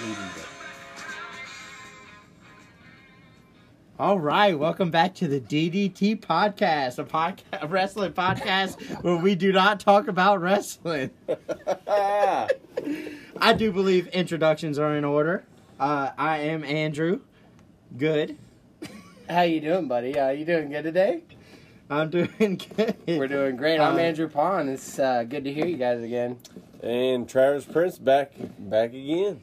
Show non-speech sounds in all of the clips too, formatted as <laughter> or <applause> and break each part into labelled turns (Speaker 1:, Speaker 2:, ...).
Speaker 1: leading bit.
Speaker 2: All right, welcome back to the DDT podcast, a podcast, a wrestling podcast where we do not talk about
Speaker 3: <laughs>
Speaker 2: wrestling.
Speaker 1: Ah,
Speaker 2: I do believe introductions are in order. Uh, I am Andrew. Good.
Speaker 3: How you doing, buddy? Uh, you doing good today?
Speaker 2: I'm doing <laughs> good.
Speaker 3: We're doing great. I'm
Speaker 2: Uh,
Speaker 3: Andrew Pond. It's uh, good to hear you guys again.
Speaker 1: and Travis Prince back back again.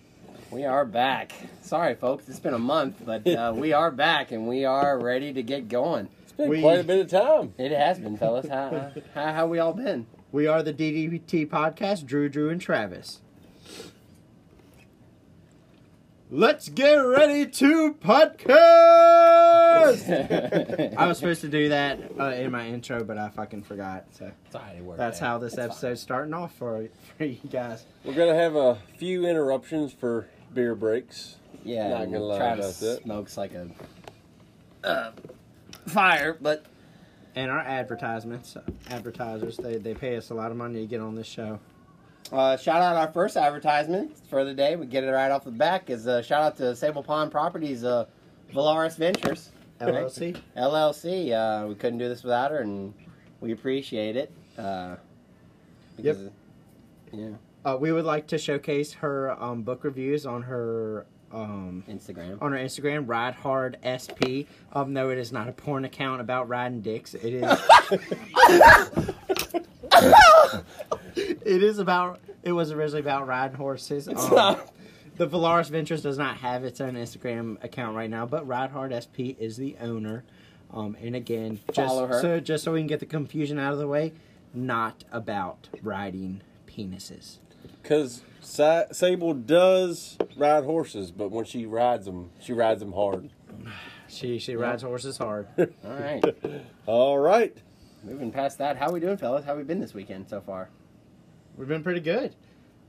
Speaker 3: We are back. Sorry, folks. It's been a month, but uh, we are back and we are ready to get going.
Speaker 1: It's been
Speaker 2: We-
Speaker 1: quite a bit of time.
Speaker 3: It has been, fellas. How how, how we all been?
Speaker 2: We are the DDT podcast, Drew, Drew, and Travis. Let's get ready to podcast.
Speaker 3: it's
Speaker 2: I was supposed to do that uh, in my intro, but I fucking forgot. So
Speaker 3: alright, it worked
Speaker 2: that's
Speaker 3: out.
Speaker 2: how this episode's starting off for for you guys.
Speaker 1: We're gonna have a few interruptions for beer breaks.
Speaker 3: Yeah,
Speaker 1: Not
Speaker 3: and
Speaker 1: gonna lie
Speaker 3: Travis
Speaker 1: about that.
Speaker 3: smokes like a uh, fire, but
Speaker 2: And our advertisements, advertisers, they they pay us a lot of money to get on this show.
Speaker 3: Uh, shout out our first advertisement for the day. We get it right off the back. Is uh, shout out to Sable Pond Properties, uh, Valaris Ventures
Speaker 2: LLC.
Speaker 3: LLC. Uh, we couldn't do this without her, and we appreciate it. Uh, because, Yeah,
Speaker 2: Uh, we would like to showcase her um, book reviews on her um, <laughs>
Speaker 3: Instagram.
Speaker 2: on her Instagram, Ride Hard SP. Um, no, it is not a porn account about riding dicks. It is. it is about. It was originally about riding horses. Um, the Valaris Ventures does not have its own Instagram account right now, but Ride Hard SP is the owner. Um, and again, just
Speaker 3: Follow her.
Speaker 2: so just so we can get the confusion out of the way, not about riding penises.
Speaker 1: Cause Sa- Sable does ride horses, but when she rides them, she rides them hard.
Speaker 2: She she rides horses hard.
Speaker 3: All right,
Speaker 1: All right.
Speaker 3: moving past that. How we doing, fellas? How we been this weekend so far?
Speaker 2: We've been pretty good.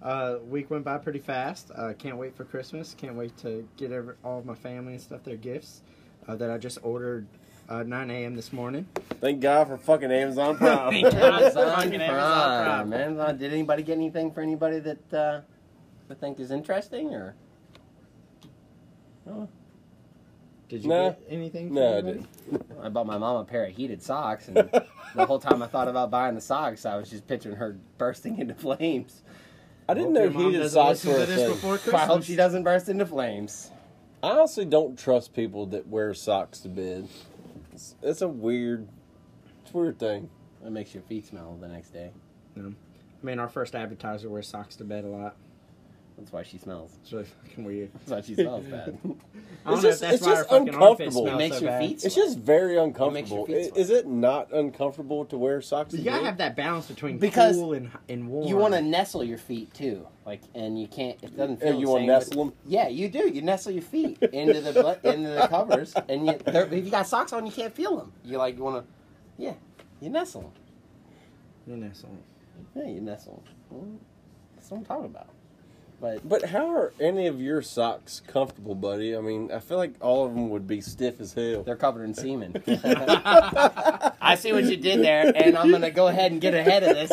Speaker 2: Uh, week went by pretty fast. Uh, can't wait for Christmas. Can't wait to get every, all of my family and stuff their gifts uh, that I just ordered uh, 9 a.m. this morning.
Speaker 1: Thank God for fucking Amazon Prime.
Speaker 2: <laughs> Thank God.
Speaker 3: Amazon
Speaker 2: Fucking Amazon
Speaker 3: Prime,
Speaker 2: Prime.
Speaker 3: Amazon. Did anybody get anything for anybody that uh, I think is interesting or?
Speaker 2: Did you
Speaker 1: No.
Speaker 2: get anything? for
Speaker 1: no, I
Speaker 2: anybody?
Speaker 1: didn't.
Speaker 3: I bought my mom a pair of heated socks, and the whole time I thought about buying the socks, I was just picturing her bursting into flames.
Speaker 1: I
Speaker 2: Hope
Speaker 1: didn't know
Speaker 2: your mom
Speaker 1: heated
Speaker 2: doesn't
Speaker 1: socks
Speaker 2: listen
Speaker 1: were
Speaker 2: to
Speaker 1: a
Speaker 2: this
Speaker 1: thing.
Speaker 2: before
Speaker 3: I hope
Speaker 2: Christmas.
Speaker 3: she doesn't burst into flames.
Speaker 1: I honestly don't trust people that wear socks to bed. It's, it's a weird, it's a weird thing.
Speaker 3: It makes your feet smell the next day.
Speaker 2: I mean, our first advertiser wears socks to bed a lot.
Speaker 3: That's why she smells.
Speaker 2: It's really fucking weird.
Speaker 3: That's why
Speaker 1: <laughs>
Speaker 3: she smells bad.
Speaker 2: I don't
Speaker 1: It's
Speaker 2: know
Speaker 1: just-
Speaker 2: if that's
Speaker 1: it's
Speaker 2: why
Speaker 1: just
Speaker 2: our fucking armpit
Speaker 1: uncomfortable. It
Speaker 2: smells
Speaker 3: makes
Speaker 2: so
Speaker 3: your
Speaker 2: bad.
Speaker 3: feet-
Speaker 1: It's just very
Speaker 3: makes your
Speaker 1: uncomfortable.
Speaker 3: feet
Speaker 1: I- Is it not uncomfortable to wear socks?
Speaker 2: You
Speaker 1: to
Speaker 2: gotta
Speaker 1: bed?
Speaker 2: have that balance between
Speaker 3: Because
Speaker 2: cool and, and warm.
Speaker 3: you want to nestle your feet too, like, and you can't. It doesn't feel.
Speaker 1: Or you
Speaker 3: the
Speaker 1: want
Speaker 3: same,
Speaker 1: to
Speaker 3: but-
Speaker 1: nestle them?
Speaker 3: Yeah, you do. You nestle your feet into the
Speaker 1: <laughs>
Speaker 3: bu- into the covers, and you, they're- if you got socks on, you can't feel them. You like you want to, yeah, you nestle 'em.
Speaker 2: You know, so-
Speaker 3: Yeah, you nestle. Mm, That's what I'm talking about. But
Speaker 1: But how are any of your socks comfortable, buddy? I mean, I feel like all of them would be stiff as hell.
Speaker 3: they're covered in semen. <laughs> I see what you did there, and I'm gonna go ahead and get ahead of this.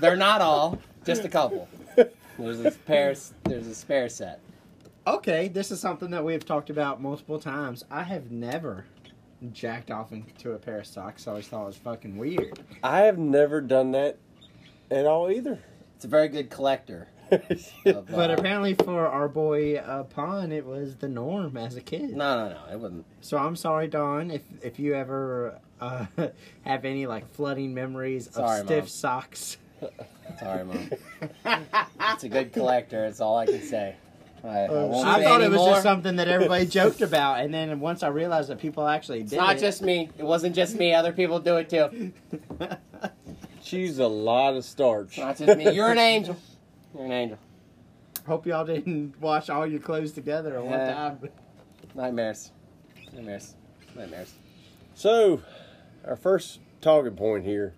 Speaker 3: They're not all, just a couple. There's a spare. There's a spare set.
Speaker 2: Okay, this is something that we've talked about multiple times. I have never jacked off into a pair of socks. I always thought it was fucking weird.
Speaker 1: I have never done that at all either. <laughs>
Speaker 3: It's a very good collector. Of,
Speaker 2: <laughs> But
Speaker 3: uh,
Speaker 2: apparently, for our boy uh, Pon, it was the norm as a kid.
Speaker 3: no, no, no, it wasn't.
Speaker 2: So I'm sorry, Don, if if you ever uh, <laughs> have any like flooding memories
Speaker 3: Sorry,
Speaker 2: of stiff
Speaker 3: Mom.
Speaker 2: socks.
Speaker 3: Sorry, mom. it's a good collector. It's all I can say. I, I, won't
Speaker 2: Oh, I
Speaker 3: say
Speaker 2: thought it was
Speaker 3: anymore.
Speaker 2: just something that
Speaker 3: <laughs>
Speaker 2: everybody joked about, and then once I realized that people actually did
Speaker 3: It's not
Speaker 2: it-
Speaker 3: just me. It wasn't just me. Other people do it too.
Speaker 1: She's a lot of
Speaker 3: It's
Speaker 1: starch.
Speaker 3: not just me. You're an angel. You're an angel.
Speaker 2: Hope y'all didn't <laughs> wash all your clothes together at one
Speaker 3: Yeah.
Speaker 2: time.
Speaker 3: Nightmares. Nightmares. Nightmares.
Speaker 1: So, our first talking point here.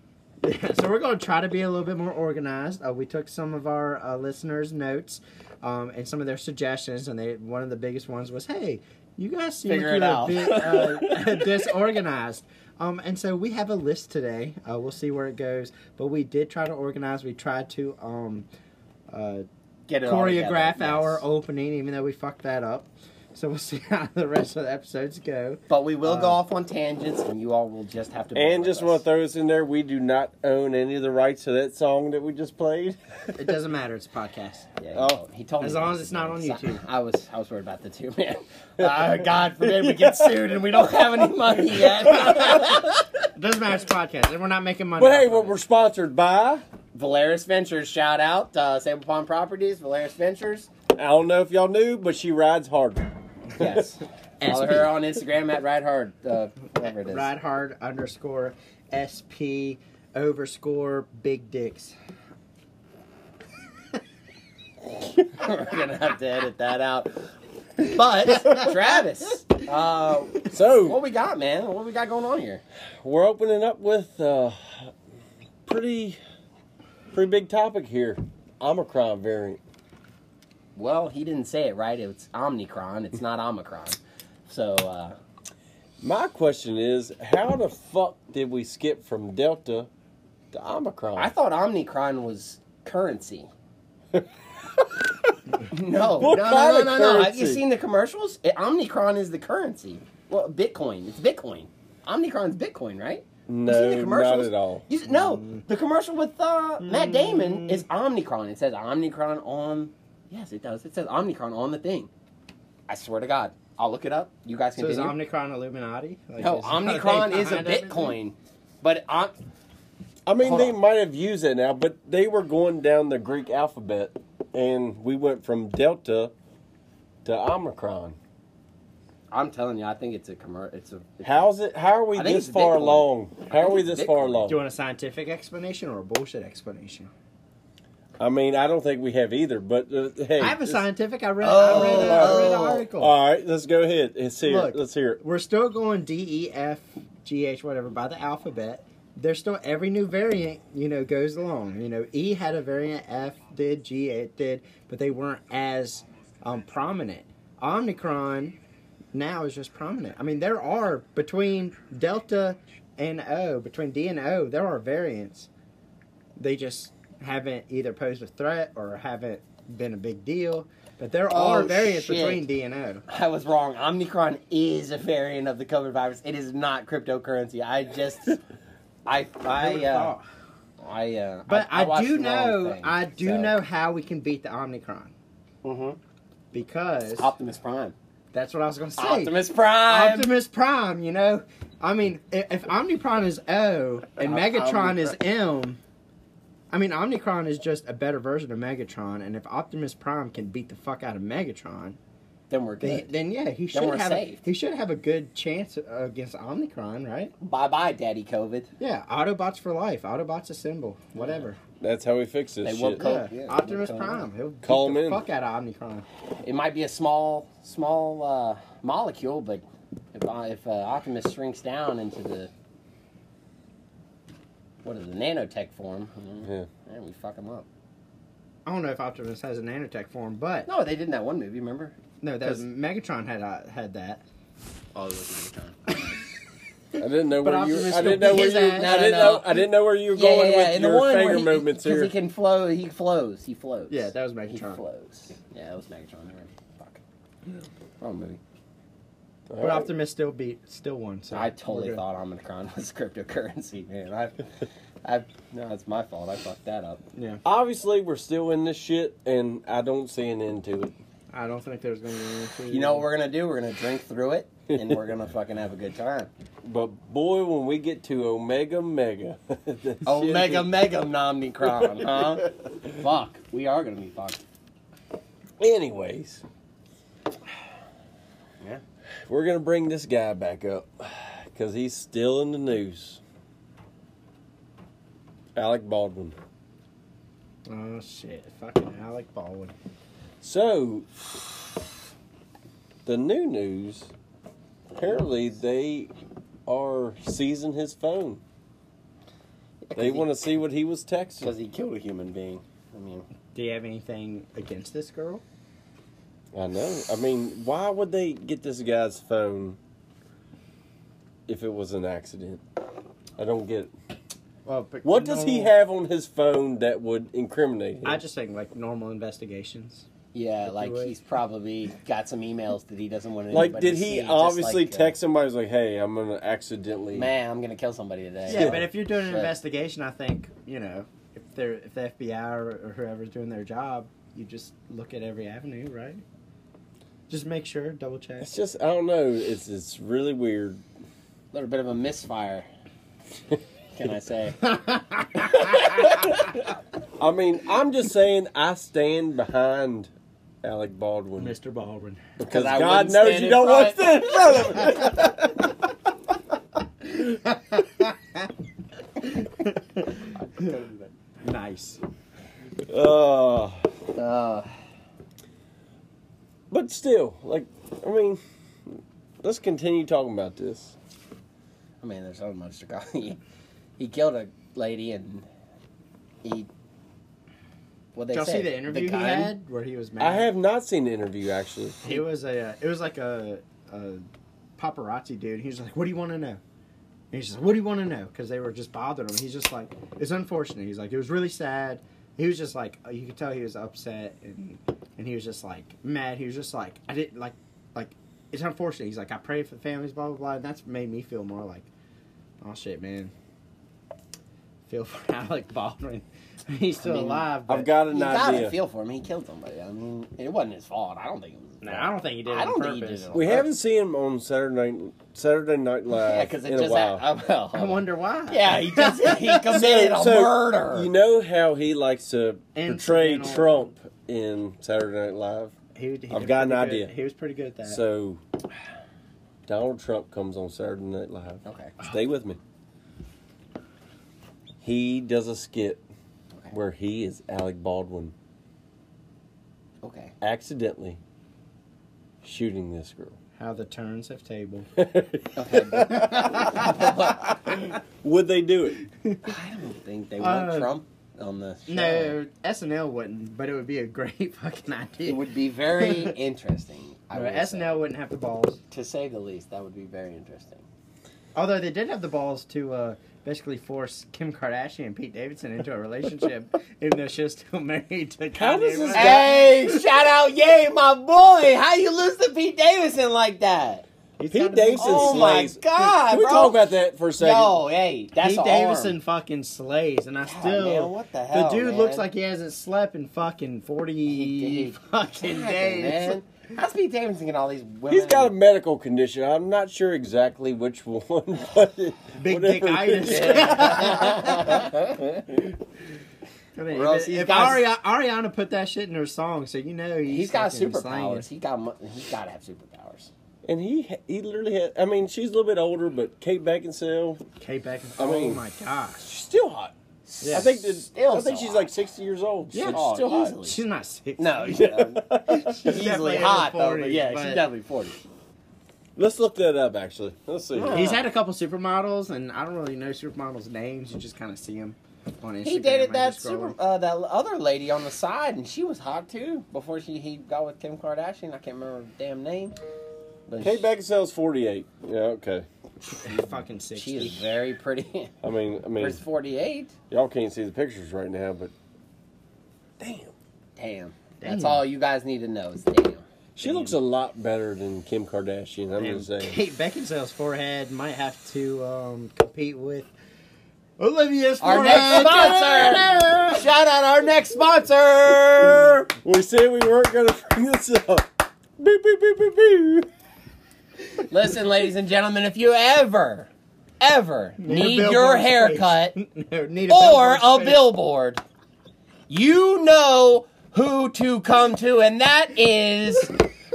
Speaker 2: Yeah, <laughs> so we're going to try to be a little bit more organized. Uh, we took some of our uh, listeners' notes um, and some of their suggestions, and they one of the biggest ones was, "Hey, you guys seem
Speaker 3: Figure
Speaker 2: like
Speaker 3: it
Speaker 2: you're a
Speaker 3: out."
Speaker 2: bit uh, <laughs> disorganized." Um, and so we have a list today. Uh, we'll see where it goes, but we did try to organize. We tried to um, uh,
Speaker 3: get it all together,
Speaker 2: choreograph our
Speaker 3: yes.
Speaker 2: opening, even though we fucked that up. So we'll <laughs> see how the rest of the episodes go.
Speaker 3: But we will go
Speaker 2: Uh,
Speaker 3: off on tangents, and you all will just have to. bear
Speaker 1: And
Speaker 3: with
Speaker 1: just
Speaker 3: us.
Speaker 1: want to throw this in there: we do not own any of the rights to that song that we
Speaker 3: <laughs>
Speaker 1: just played.
Speaker 2: It doesn't matter. It's a podcast.
Speaker 3: Yeah, he
Speaker 1: Oh.
Speaker 3: told- he told me.
Speaker 2: As
Speaker 3: that.
Speaker 2: long as it's not on YouTube.
Speaker 3: <laughs> I was I was worried about the two
Speaker 1: <laughs>
Speaker 3: man. Uh, God forbid we get sued and we don't have any money yet. <laughs>
Speaker 2: It doesn't matter. It's a podcast, and we're not making money.
Speaker 1: But hey,
Speaker 2: off
Speaker 1: what
Speaker 2: of
Speaker 1: we're
Speaker 2: it.
Speaker 1: sponsored by?
Speaker 3: Valeris Ventures, shout out uh, Sable Pond Properties, Valeris Ventures.
Speaker 1: I don't know if y'all knew, but she rides hard. <laughs>
Speaker 3: Yes, follow her on Instagram at Ride Hard, uh, whatever it is. <laughs>
Speaker 2: ride hard underscore sp overscore big dicks.
Speaker 3: We're gonna have to edit that out. But
Speaker 1: <laughs>
Speaker 3: Travis, uh, what
Speaker 1: So
Speaker 3: we got, man? What we got going on here?
Speaker 1: we're opening up with uh, pretty, pretty big topic here: Omicron variant.
Speaker 3: Well, he didn't say it right. It's Omnicron. It's not Omicron. So uh,
Speaker 1: My question is, how the fuck did we skip from Delta to Omicron?
Speaker 3: I thought Omnicron was currency.
Speaker 1: <laughs>
Speaker 3: no,
Speaker 1: What
Speaker 3: no,
Speaker 1: kind
Speaker 3: no, no,
Speaker 1: of
Speaker 3: no, no. Have you
Speaker 1: currency?
Speaker 3: seen the commercials? It, Omnicron is the currency. Well, Bitcoin. It's Bitcoin. Omnicron's Bitcoin, right? You seen the
Speaker 1: no, not
Speaker 3: commercials?
Speaker 1: at all. Mm.
Speaker 3: You, s- no, the commercial with uh, Matt Damon is Omnicron. It says Omnicron on. Yes, it does. It says Omnicron on the thing. I swear to God, I'll look it up. You guys
Speaker 2: So
Speaker 3: can.
Speaker 2: is Omnicron Illuminati? Like,
Speaker 3: no,
Speaker 2: is that what they
Speaker 3: Omnicron is a
Speaker 2: behind everything?
Speaker 3: Bitcoin, but Om-
Speaker 1: I mean,
Speaker 3: Hold
Speaker 1: they
Speaker 3: on.
Speaker 1: might have used it now, but they were going down the Greek alphabet, and we went from Delta to Omicron.
Speaker 3: I'm telling you, I think it's a commercial. It's a. it's a-
Speaker 1: How's it? How are we
Speaker 3: I think
Speaker 1: this
Speaker 3: it's
Speaker 1: far
Speaker 3: Bitcoin.
Speaker 1: along?
Speaker 3: I
Speaker 1: How are
Speaker 3: think
Speaker 1: we
Speaker 3: it's
Speaker 1: this
Speaker 3: Bitcoin.
Speaker 1: far along?
Speaker 2: Do you want a scientific explanation or a bullshit explanation?
Speaker 1: I mean, I don't think we have either. But uh, hey,
Speaker 2: I have a
Speaker 1: it's-
Speaker 2: scientific. I read.
Speaker 3: Oh,
Speaker 2: I read, a, I read an
Speaker 3: oh.
Speaker 2: article.
Speaker 1: All right, let's go ahead. Let's hear.
Speaker 2: Look.
Speaker 1: it. Let's hear it.
Speaker 2: We're still going D E F G H whatever by the alphabet. There's still every new variant, you know, goes along. You know, E had a variant, F did, G it did, but they weren't as um, prominent. Omicron now is just prominent. I mean, there are between Delta and O, between D and O, there are variants. They just haven't either posed a threat or haven't been a big deal. But there are
Speaker 3: Oh,
Speaker 2: variants
Speaker 3: shit.
Speaker 2: between D and O.
Speaker 3: I was wrong. Omnicron is a variant of the COVID virus. It is not cryptocurrency. I just,
Speaker 2: <laughs>
Speaker 3: I, I,
Speaker 2: Who
Speaker 3: uh,
Speaker 2: thought?
Speaker 3: I, uh,
Speaker 2: But I,
Speaker 3: watched
Speaker 2: do
Speaker 3: the wrong
Speaker 2: know,
Speaker 3: thing,
Speaker 2: I do
Speaker 3: so.
Speaker 2: know how we can beat the Omnicron
Speaker 3: Mhm.
Speaker 2: because
Speaker 3: Optimus Prime.
Speaker 2: that's what I was going to say.
Speaker 3: Optimus Prime.
Speaker 2: Optimus Prime, you know, I mean, if, if Omnicron is O and
Speaker 3: Om-
Speaker 2: Megatron is
Speaker 3: Omnicron.
Speaker 2: M, I mean, Omnicron is just a better version of Megatron, and if Optimus Prime can beat the fuck out of Megatron,
Speaker 3: then we're
Speaker 2: then,
Speaker 3: good.
Speaker 2: then yeah, he should
Speaker 3: we're
Speaker 2: have
Speaker 3: safe.
Speaker 2: A, he should have a good chance uh, against Omnicron, right?
Speaker 3: Bye bye, Daddy COVID.
Speaker 2: Yeah, Autobots for life, Autobots assemble, whatever.
Speaker 1: That's how we fix this
Speaker 3: They
Speaker 1: shit.
Speaker 3: won't come-
Speaker 2: Yeah,
Speaker 3: Cool. Yeah,
Speaker 2: Optimus
Speaker 3: we'll call him.
Speaker 2: Prime, he'll beat
Speaker 1: Call
Speaker 2: the
Speaker 1: him in.
Speaker 2: fuck out of Omnicron.
Speaker 3: It might be a small, small uh, molecule, but if, uh, if uh, Optimus shrinks down into the what is the nanotech form, mm,
Speaker 1: Yeah.
Speaker 3: man, we fuck him up.
Speaker 2: I don't know if Optimus has a nanotech form, but
Speaker 3: No, they did in that one movie. Remember?
Speaker 2: no, that was,
Speaker 3: 'Cause-
Speaker 2: Megatron had uh, had that.
Speaker 3: Oh, it was Megatron.
Speaker 1: I didn't know
Speaker 2: But
Speaker 1: where you.
Speaker 2: Optimus
Speaker 1: I
Speaker 2: will
Speaker 1: didn't know where
Speaker 2: beat
Speaker 1: you.
Speaker 2: his ass.
Speaker 1: I
Speaker 3: No,
Speaker 1: didn't
Speaker 3: no,
Speaker 1: know.
Speaker 3: no.
Speaker 1: I didn't know where you were going with your finger movements
Speaker 3: because
Speaker 1: here.
Speaker 3: he can flow. He flows. He flows.
Speaker 2: Yeah, that was
Speaker 3: he
Speaker 2: Megatron.
Speaker 3: flows. Yeah, that was Megatron. You're right. Fuck. Wrong movie.
Speaker 2: But
Speaker 1: All right.
Speaker 2: Optimus still beat, still won. So
Speaker 3: I
Speaker 2: we're
Speaker 3: totally
Speaker 2: good.
Speaker 3: thought Omicron <laughs> was cryptocurrency, man. I, I, no, it's my fault. I fucked that up.
Speaker 2: Yeah,
Speaker 1: Obviously, we're still in this shit, and I don't see an end to it.
Speaker 2: I don't think there's gonna be any.
Speaker 3: You know what we're gonna do? We're gonna drink through it, and we're gonna fucking have a good time.
Speaker 1: But boy, when we get to Omega Mega, <laughs> this
Speaker 3: Omega
Speaker 1: shit-
Speaker 3: Oh, Mega Omnicron, huh? Fuck. We are gonna be fucked.
Speaker 1: Anyways,
Speaker 3: Yeah.
Speaker 1: we're gonna bring this guy back up because he's still in the news. Alec Baldwin.
Speaker 2: Oh shit! Fucking Alec Baldwin.
Speaker 1: So, the new news. Apparently, they are seizing his phone. They want to see what he was texting.
Speaker 3: because he killed a human being. I mean,
Speaker 2: Do you have anything against this girl?
Speaker 1: I know. I mean, why would they get this guy's phone if it was an accident? I don't get it.
Speaker 2: Well, but
Speaker 1: What does he
Speaker 2: no-
Speaker 1: have on his phone that would incriminate him?
Speaker 2: I just think like normal investigations.
Speaker 3: Yeah, like
Speaker 2: way.
Speaker 3: he's probably got some emails that he doesn't want anybody
Speaker 1: like, did
Speaker 3: to see,
Speaker 1: he
Speaker 3: just
Speaker 1: obviously
Speaker 3: like, uh,
Speaker 1: text somebody? Was like, "Hey, I'm gonna accidentally."
Speaker 3: <laughs> Man, I'm gonna kill somebody today.
Speaker 2: Yeah, but if you're doing an
Speaker 3: Shit.
Speaker 2: investigation, I think you know if they're if the FBI or, or whoever's doing their job, you just look at every avenue, right? Just make sure, double check.
Speaker 1: It's just I don't know. It's it's really weird.
Speaker 3: a little bit of a misfire, can I say?
Speaker 1: I mean, I'm just saying I stand behind Alec Baldwin
Speaker 2: Mr. Baldwin.
Speaker 1: because
Speaker 3: I
Speaker 1: God
Speaker 3: wouldn't
Speaker 1: knows
Speaker 3: stand
Speaker 1: you
Speaker 3: in
Speaker 1: don't want to
Speaker 3: front.
Speaker 1: stand in front of him. <laughs>
Speaker 2: Nice.
Speaker 1: Uh,
Speaker 3: Uh,
Speaker 1: but still, like, I mean, let's continue talking about this.
Speaker 3: I mean, there's so much to go. <laughs> He, he killed a lady and he. What they
Speaker 2: Did y'all
Speaker 3: say?
Speaker 2: see the interview he
Speaker 3: gun?
Speaker 2: had where he was mad?
Speaker 1: I have not seen the interview actually.
Speaker 2: It was a. Uh, it was like a, a paparazzi dude. He was like, "What do you want to know?" And he's just, "What do you want to know?" Because they were just bothering him. He's just like, "It's unfortunate." He's like, "It was really sad." He was just like, you could tell he was upset, and and he was just like mad. He was just like, "I didn't like, like, it's unfortunate." He's like, "I pray for the families, blah blah blah." And that's made me feel more like, "Oh shit, man." Feel <laughs> for Alec Baldwin. He's still
Speaker 3: mean,
Speaker 2: alive. But
Speaker 1: I've got
Speaker 3: You
Speaker 1: an
Speaker 3: gotta
Speaker 1: idea.
Speaker 3: feel for him. He killed somebody. I mean, it wasn't his fault. I don't think it was. His
Speaker 2: No,
Speaker 1: <laughs>
Speaker 3: fault.
Speaker 2: I don't think he did. It
Speaker 3: I
Speaker 2: on
Speaker 3: don't think he
Speaker 2: purpose.
Speaker 3: did it on
Speaker 1: We haven't seen him on Saturday Night Saturday Night
Speaker 3: <laughs>
Speaker 1: Live
Speaker 3: Yeah, because it
Speaker 1: in
Speaker 3: just.
Speaker 1: a while.
Speaker 3: Had, <laughs> oh, well,
Speaker 2: I wonder why.
Speaker 3: Yeah, he
Speaker 2: <laughs>
Speaker 3: just he committed a murder.
Speaker 1: You know how he likes to portray
Speaker 2: Incidental.
Speaker 1: Trump in Saturday Night Live.
Speaker 2: He, he
Speaker 1: I've
Speaker 2: did
Speaker 1: got an
Speaker 2: pretty
Speaker 1: idea.
Speaker 2: Good. He was pretty good at that.
Speaker 1: So Donald Trump comes on Saturday Night Live.
Speaker 3: okay.
Speaker 1: Stay with me. He does a skit
Speaker 3: Okay.
Speaker 1: where he is Alec Baldwin
Speaker 3: Okay.
Speaker 1: accidentally shooting this girl.
Speaker 2: How the turns have
Speaker 3: <laughs>
Speaker 2: tabled.
Speaker 3: Okay. but
Speaker 1: Would they do it?
Speaker 3: I don't think they want
Speaker 2: Uh,
Speaker 3: Trump on the show.
Speaker 2: no, SNL wouldn't, but it would be a <laughs> great fucking idea.
Speaker 3: It would
Speaker 2: <laughs>
Speaker 3: be very interesting. I
Speaker 2: But
Speaker 3: would
Speaker 2: SNL wouldn't have the balls.
Speaker 3: say. to say the least, that would be very interesting.
Speaker 2: Although they did have the balls to uh, basically force Kim Kardashian and Pete Davidson into a
Speaker 3: <laughs>
Speaker 2: relationship, even though she was still married to
Speaker 1: How
Speaker 2: Kanye
Speaker 1: does this
Speaker 2: West.
Speaker 1: guy-
Speaker 3: Hey, shout out, yay, my boy! How you lose to Pete Davidson like that?
Speaker 2: He's
Speaker 1: Pete
Speaker 2: gotta be-
Speaker 1: Davidson
Speaker 3: Oh my
Speaker 1: slays.
Speaker 3: god,
Speaker 1: Can we
Speaker 3: bro!
Speaker 1: talk about that for a second?
Speaker 3: Yo, hey, that's
Speaker 2: Pete
Speaker 3: a arm.
Speaker 2: Davidson fucking slays, and I
Speaker 3: God,
Speaker 2: still.
Speaker 3: man, what the
Speaker 2: the
Speaker 3: hell?
Speaker 2: dude
Speaker 3: man?
Speaker 2: looks like he hasn't slept in fucking 40
Speaker 3: He did.
Speaker 2: fucking
Speaker 3: God,
Speaker 2: days.
Speaker 3: man. How's Pete Davidson getting all these women? <laughs>
Speaker 1: He's got a medical condition. I'm not sure exactly which <laughs> one, but it-
Speaker 2: Big
Speaker 1: whatever it
Speaker 2: dick-itis.
Speaker 1: is.
Speaker 2: I mean,
Speaker 3: Or else
Speaker 2: if,
Speaker 3: he's
Speaker 2: if
Speaker 3: got-
Speaker 2: Ari- Ariana put that shit in her song, so you know he's,
Speaker 3: He's got
Speaker 2: fucking
Speaker 3: superpowers.
Speaker 2: slanging.
Speaker 3: He got mu- he's got to have superpowers.
Speaker 1: And he he literally had. I mean, she's a little bit older, but Kate Beckinsale
Speaker 2: Kate Beckinsale.
Speaker 1: I mean-
Speaker 2: oh my gosh,
Speaker 1: she's still hot.
Speaker 2: Yeah.
Speaker 1: I think that,
Speaker 3: Still
Speaker 1: I think
Speaker 3: so
Speaker 1: she's
Speaker 3: hot.
Speaker 1: like sixty years old.
Speaker 2: Yeah,
Speaker 1: she's
Speaker 3: oh,
Speaker 1: still hot.
Speaker 3: easily.
Speaker 2: she's not six.
Speaker 3: No, she's
Speaker 2: <laughs> definitely
Speaker 3: easily
Speaker 2: in
Speaker 3: hot
Speaker 2: her
Speaker 3: though.
Speaker 2: 40s,
Speaker 3: But yeah,
Speaker 2: but-
Speaker 3: she's definitely forty.
Speaker 1: <laughs> Let's look that up. Actually, let's see.
Speaker 3: Yeah.
Speaker 2: he's had a couple supermodels, and I don't really know supermodels' names. You just kind of see them on Instagram.
Speaker 3: He
Speaker 2: as
Speaker 3: dated that
Speaker 2: you
Speaker 3: super
Speaker 2: scroll.
Speaker 3: uh, that other lady on the side, and she was hot too. Before she he got with Kim Kardashian, I can't remember her damn name. But
Speaker 1: Kate
Speaker 3: she-
Speaker 1: Beckinsale's forty-eight. Yeah, okay.
Speaker 2: He's fucking sixty.
Speaker 3: she is very pretty. <laughs>
Speaker 1: I mean, I mean,
Speaker 3: She's forty eight.
Speaker 1: y'all can't see the pictures right now, but damn,
Speaker 3: Damn. That's
Speaker 2: Damn.
Speaker 3: all you guys need to know is damn.
Speaker 1: she looks a lot better than Kim Kardashian. I'm
Speaker 2: And
Speaker 1: just saying.
Speaker 2: Kate Beckinsale's forehead might have to um, compete with Olivia's
Speaker 3: Our
Speaker 2: forehead.
Speaker 3: next sponsor! Shout out our next sponsor.
Speaker 1: We said we weren't gonna bring this up. Beep beep beep beep beep.
Speaker 3: Listen, ladies and gentlemen, if you ever, ever
Speaker 2: Need a
Speaker 3: need your
Speaker 2: billboard
Speaker 3: haircut.
Speaker 2: space. <laughs> No, need a
Speaker 3: or a
Speaker 2: <laughs> billboard space.
Speaker 3: billboard. You know who to come to, and that is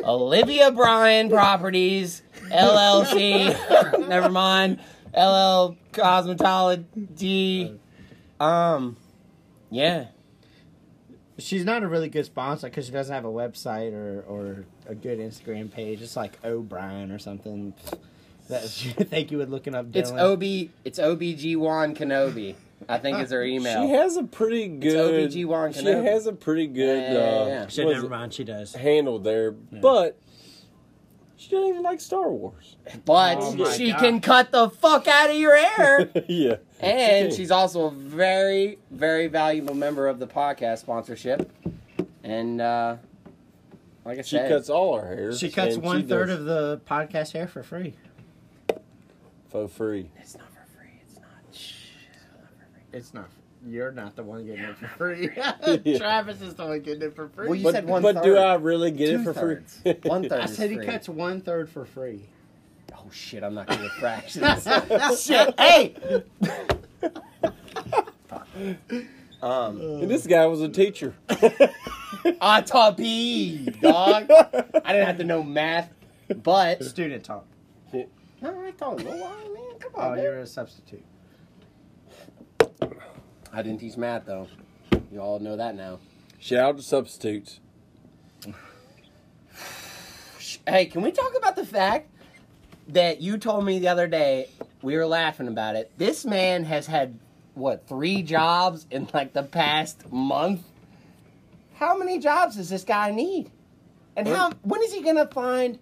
Speaker 3: Olivia Bryan Properties LLC. <laughs> Never mind, LL Cosmetology. Um, yeah,
Speaker 2: She's not a really good sponsor because she doesn't have a website or, or a good Instagram page. It's like O'Brien or something. <laughs> That you think you would looking up Dylan.
Speaker 3: it's ob it's obg1 Kenobi. I think is her email.
Speaker 1: <laughs> She has a pretty good.
Speaker 3: OBGYN
Speaker 1: she
Speaker 3: Kenobi.
Speaker 1: has a pretty good
Speaker 3: Yeah, yeah, yeah.
Speaker 1: Uh,
Speaker 2: Shit,
Speaker 1: what is
Speaker 2: never
Speaker 1: it,
Speaker 2: mind. She does.
Speaker 1: handle there, but She doesn't even like Star Wars.
Speaker 3: But
Speaker 2: Oh my
Speaker 3: she
Speaker 2: God.
Speaker 3: can cut the fuck out of your
Speaker 1: <laughs>
Speaker 3: hair.
Speaker 1: yeah.
Speaker 3: and
Speaker 1: Okay.
Speaker 3: she's also a very, very valuable member of the podcast sponsorship. And uh, like I
Speaker 1: She
Speaker 3: said,
Speaker 1: cuts all her hair.
Speaker 2: She cuts
Speaker 1: and
Speaker 2: one third
Speaker 1: does
Speaker 2: of the podcast hair for free.
Speaker 1: for free.
Speaker 3: it's not for free. It's not. Shh, it's not for free.
Speaker 2: It's not. You're not the one getting it for <laughs> free.
Speaker 1: Yeah.
Speaker 2: Travis is the one getting it for free.
Speaker 3: Well, you
Speaker 1: but
Speaker 3: said one
Speaker 1: but do
Speaker 3: third.
Speaker 1: I really get it for <laughs> free?
Speaker 3: Two-thirds. One third.
Speaker 2: I said he
Speaker 3: free.
Speaker 2: cuts one third for <laughs> free.
Speaker 3: Oh shit! I'm not gonna <laughs> fractions.
Speaker 2: Shit! Hey,
Speaker 3: <laughs> um,
Speaker 1: <laughs> and this guy was a teacher.
Speaker 3: I taught PE, dog. I didn't have to know math, but
Speaker 2: student talk.
Speaker 3: no, I taught a little while, man. Come
Speaker 2: Oh,
Speaker 3: on, dude.
Speaker 2: you're a substitute.
Speaker 3: I didn't teach math though. You all know that now.
Speaker 1: Shout out to substitutes.
Speaker 3: Hey, can we talk about the fact that you told me the other day? We were laughing about it. This man has had what three jobs in like the past month. How many jobs does this guy need? And how when is he gonna find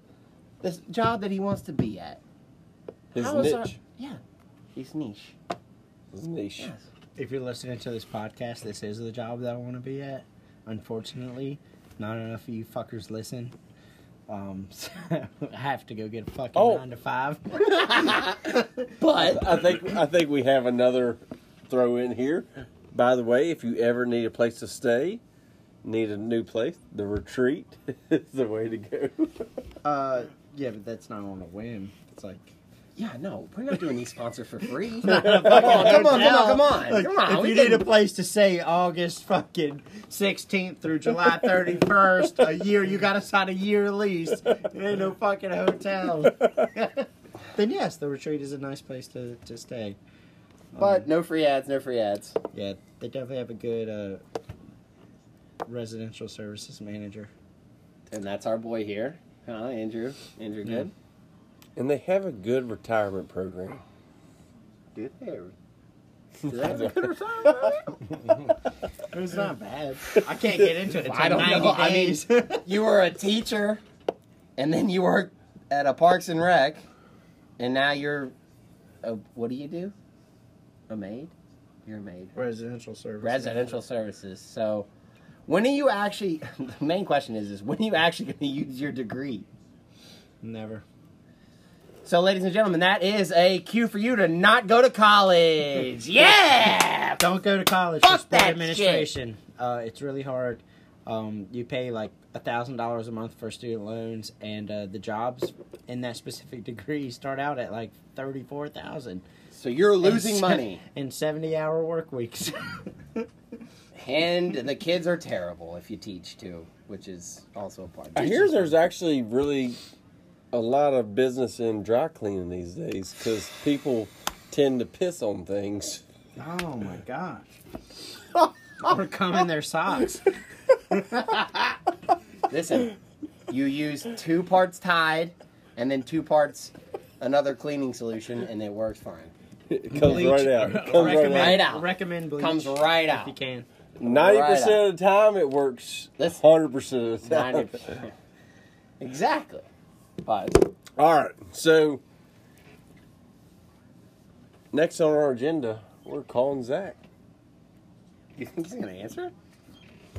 Speaker 3: this job that he wants to be at?
Speaker 1: His
Speaker 3: How is
Speaker 1: niche.
Speaker 3: our- yeah, he's niche.
Speaker 1: His niche.
Speaker 3: Yes.
Speaker 2: If you're listening to this podcast, this is the job that I want to be at. Unfortunately, not enough of you fuckers listen. Um, <laughs> so I have to go get a fucking
Speaker 1: Oh.
Speaker 2: nine to five.
Speaker 3: But
Speaker 1: I think I think we have another throw in here. By the way, if you ever need a place to stay, need a new place, the retreat <laughs> is the way to go.
Speaker 2: Uh, yeah, but that's not on a whim. It's like
Speaker 3: yeah, no, we're not doing these sponsors for free. <laughs> come on, come on, come on, come on,
Speaker 2: Look,
Speaker 3: come on.
Speaker 2: If
Speaker 3: we
Speaker 2: you
Speaker 3: can-
Speaker 2: need a place to stay August fucking 16th through July 31st, a year, you gotta sign a year lease. It ain't no fucking hotel. <laughs> then yes, the retreat is a nice place to, to stay.
Speaker 3: but no free ads, no free ads.
Speaker 2: Yeah, they definitely have a good uh, residential services manager.
Speaker 3: And that's our boy here. Huh, Andrew? Andrew Good?
Speaker 1: And they have a good retirement program.
Speaker 3: Dude, <laughs> there.
Speaker 2: It's not <laughs> bad. I can't get into it.
Speaker 3: I
Speaker 2: I
Speaker 3: don't
Speaker 2: don't 90
Speaker 3: know. I
Speaker 2: <laughs>
Speaker 3: mean-
Speaker 2: days.
Speaker 3: you were a teacher, and then you worked at a Parks and Rec, and now you're. A, what do you do? A maid? You're a maid.
Speaker 2: residential services.
Speaker 3: Residential services. So, when are you actually. <laughs> The main question is, is when are you actually going to use your degree?
Speaker 2: Never.
Speaker 3: So, ladies and gentlemen, that is a cue for you to not go to <laughs> college. Yeah!
Speaker 2: Don't go to college.
Speaker 3: Fuck
Speaker 2: just go to
Speaker 3: that
Speaker 2: administration. Uh, it's really hard. Um, you pay like a thousand dollars a month for student loans, and uh, the jobs in that specific <laughs> degree start out at like thirty-four thousand.
Speaker 3: So, you're losing money.
Speaker 2: in seventy-hour work weeks.
Speaker 3: And the kids are terrible if you teach too, which is also a part.
Speaker 1: I hear there's actually really a lot of business in dry cleaning these days because people tend to piss on things. <laughs>
Speaker 2: oh my gosh! <laughs> Or come in their
Speaker 3: <laughs>
Speaker 2: socks.
Speaker 3: Listen, you use two parts Tide and then two parts another cleaning solution, and it works <laughs> fine.
Speaker 1: It comes right
Speaker 3: <laughs>
Speaker 1: out.
Speaker 2: <laughs>
Speaker 1: It comes right
Speaker 2: recommend,
Speaker 1: out.
Speaker 3: Right out.
Speaker 2: Recommend bleach
Speaker 3: Comes right
Speaker 2: if you
Speaker 3: out.
Speaker 2: can.
Speaker 1: Ninety
Speaker 3: right
Speaker 1: percent of the time it works.
Speaker 3: Let's-
Speaker 1: Hundred percent of the time.
Speaker 3: 90%. Exactly. But
Speaker 1: All right. So next on our agenda, we're calling Zach.
Speaker 3: you think he's gonna answer?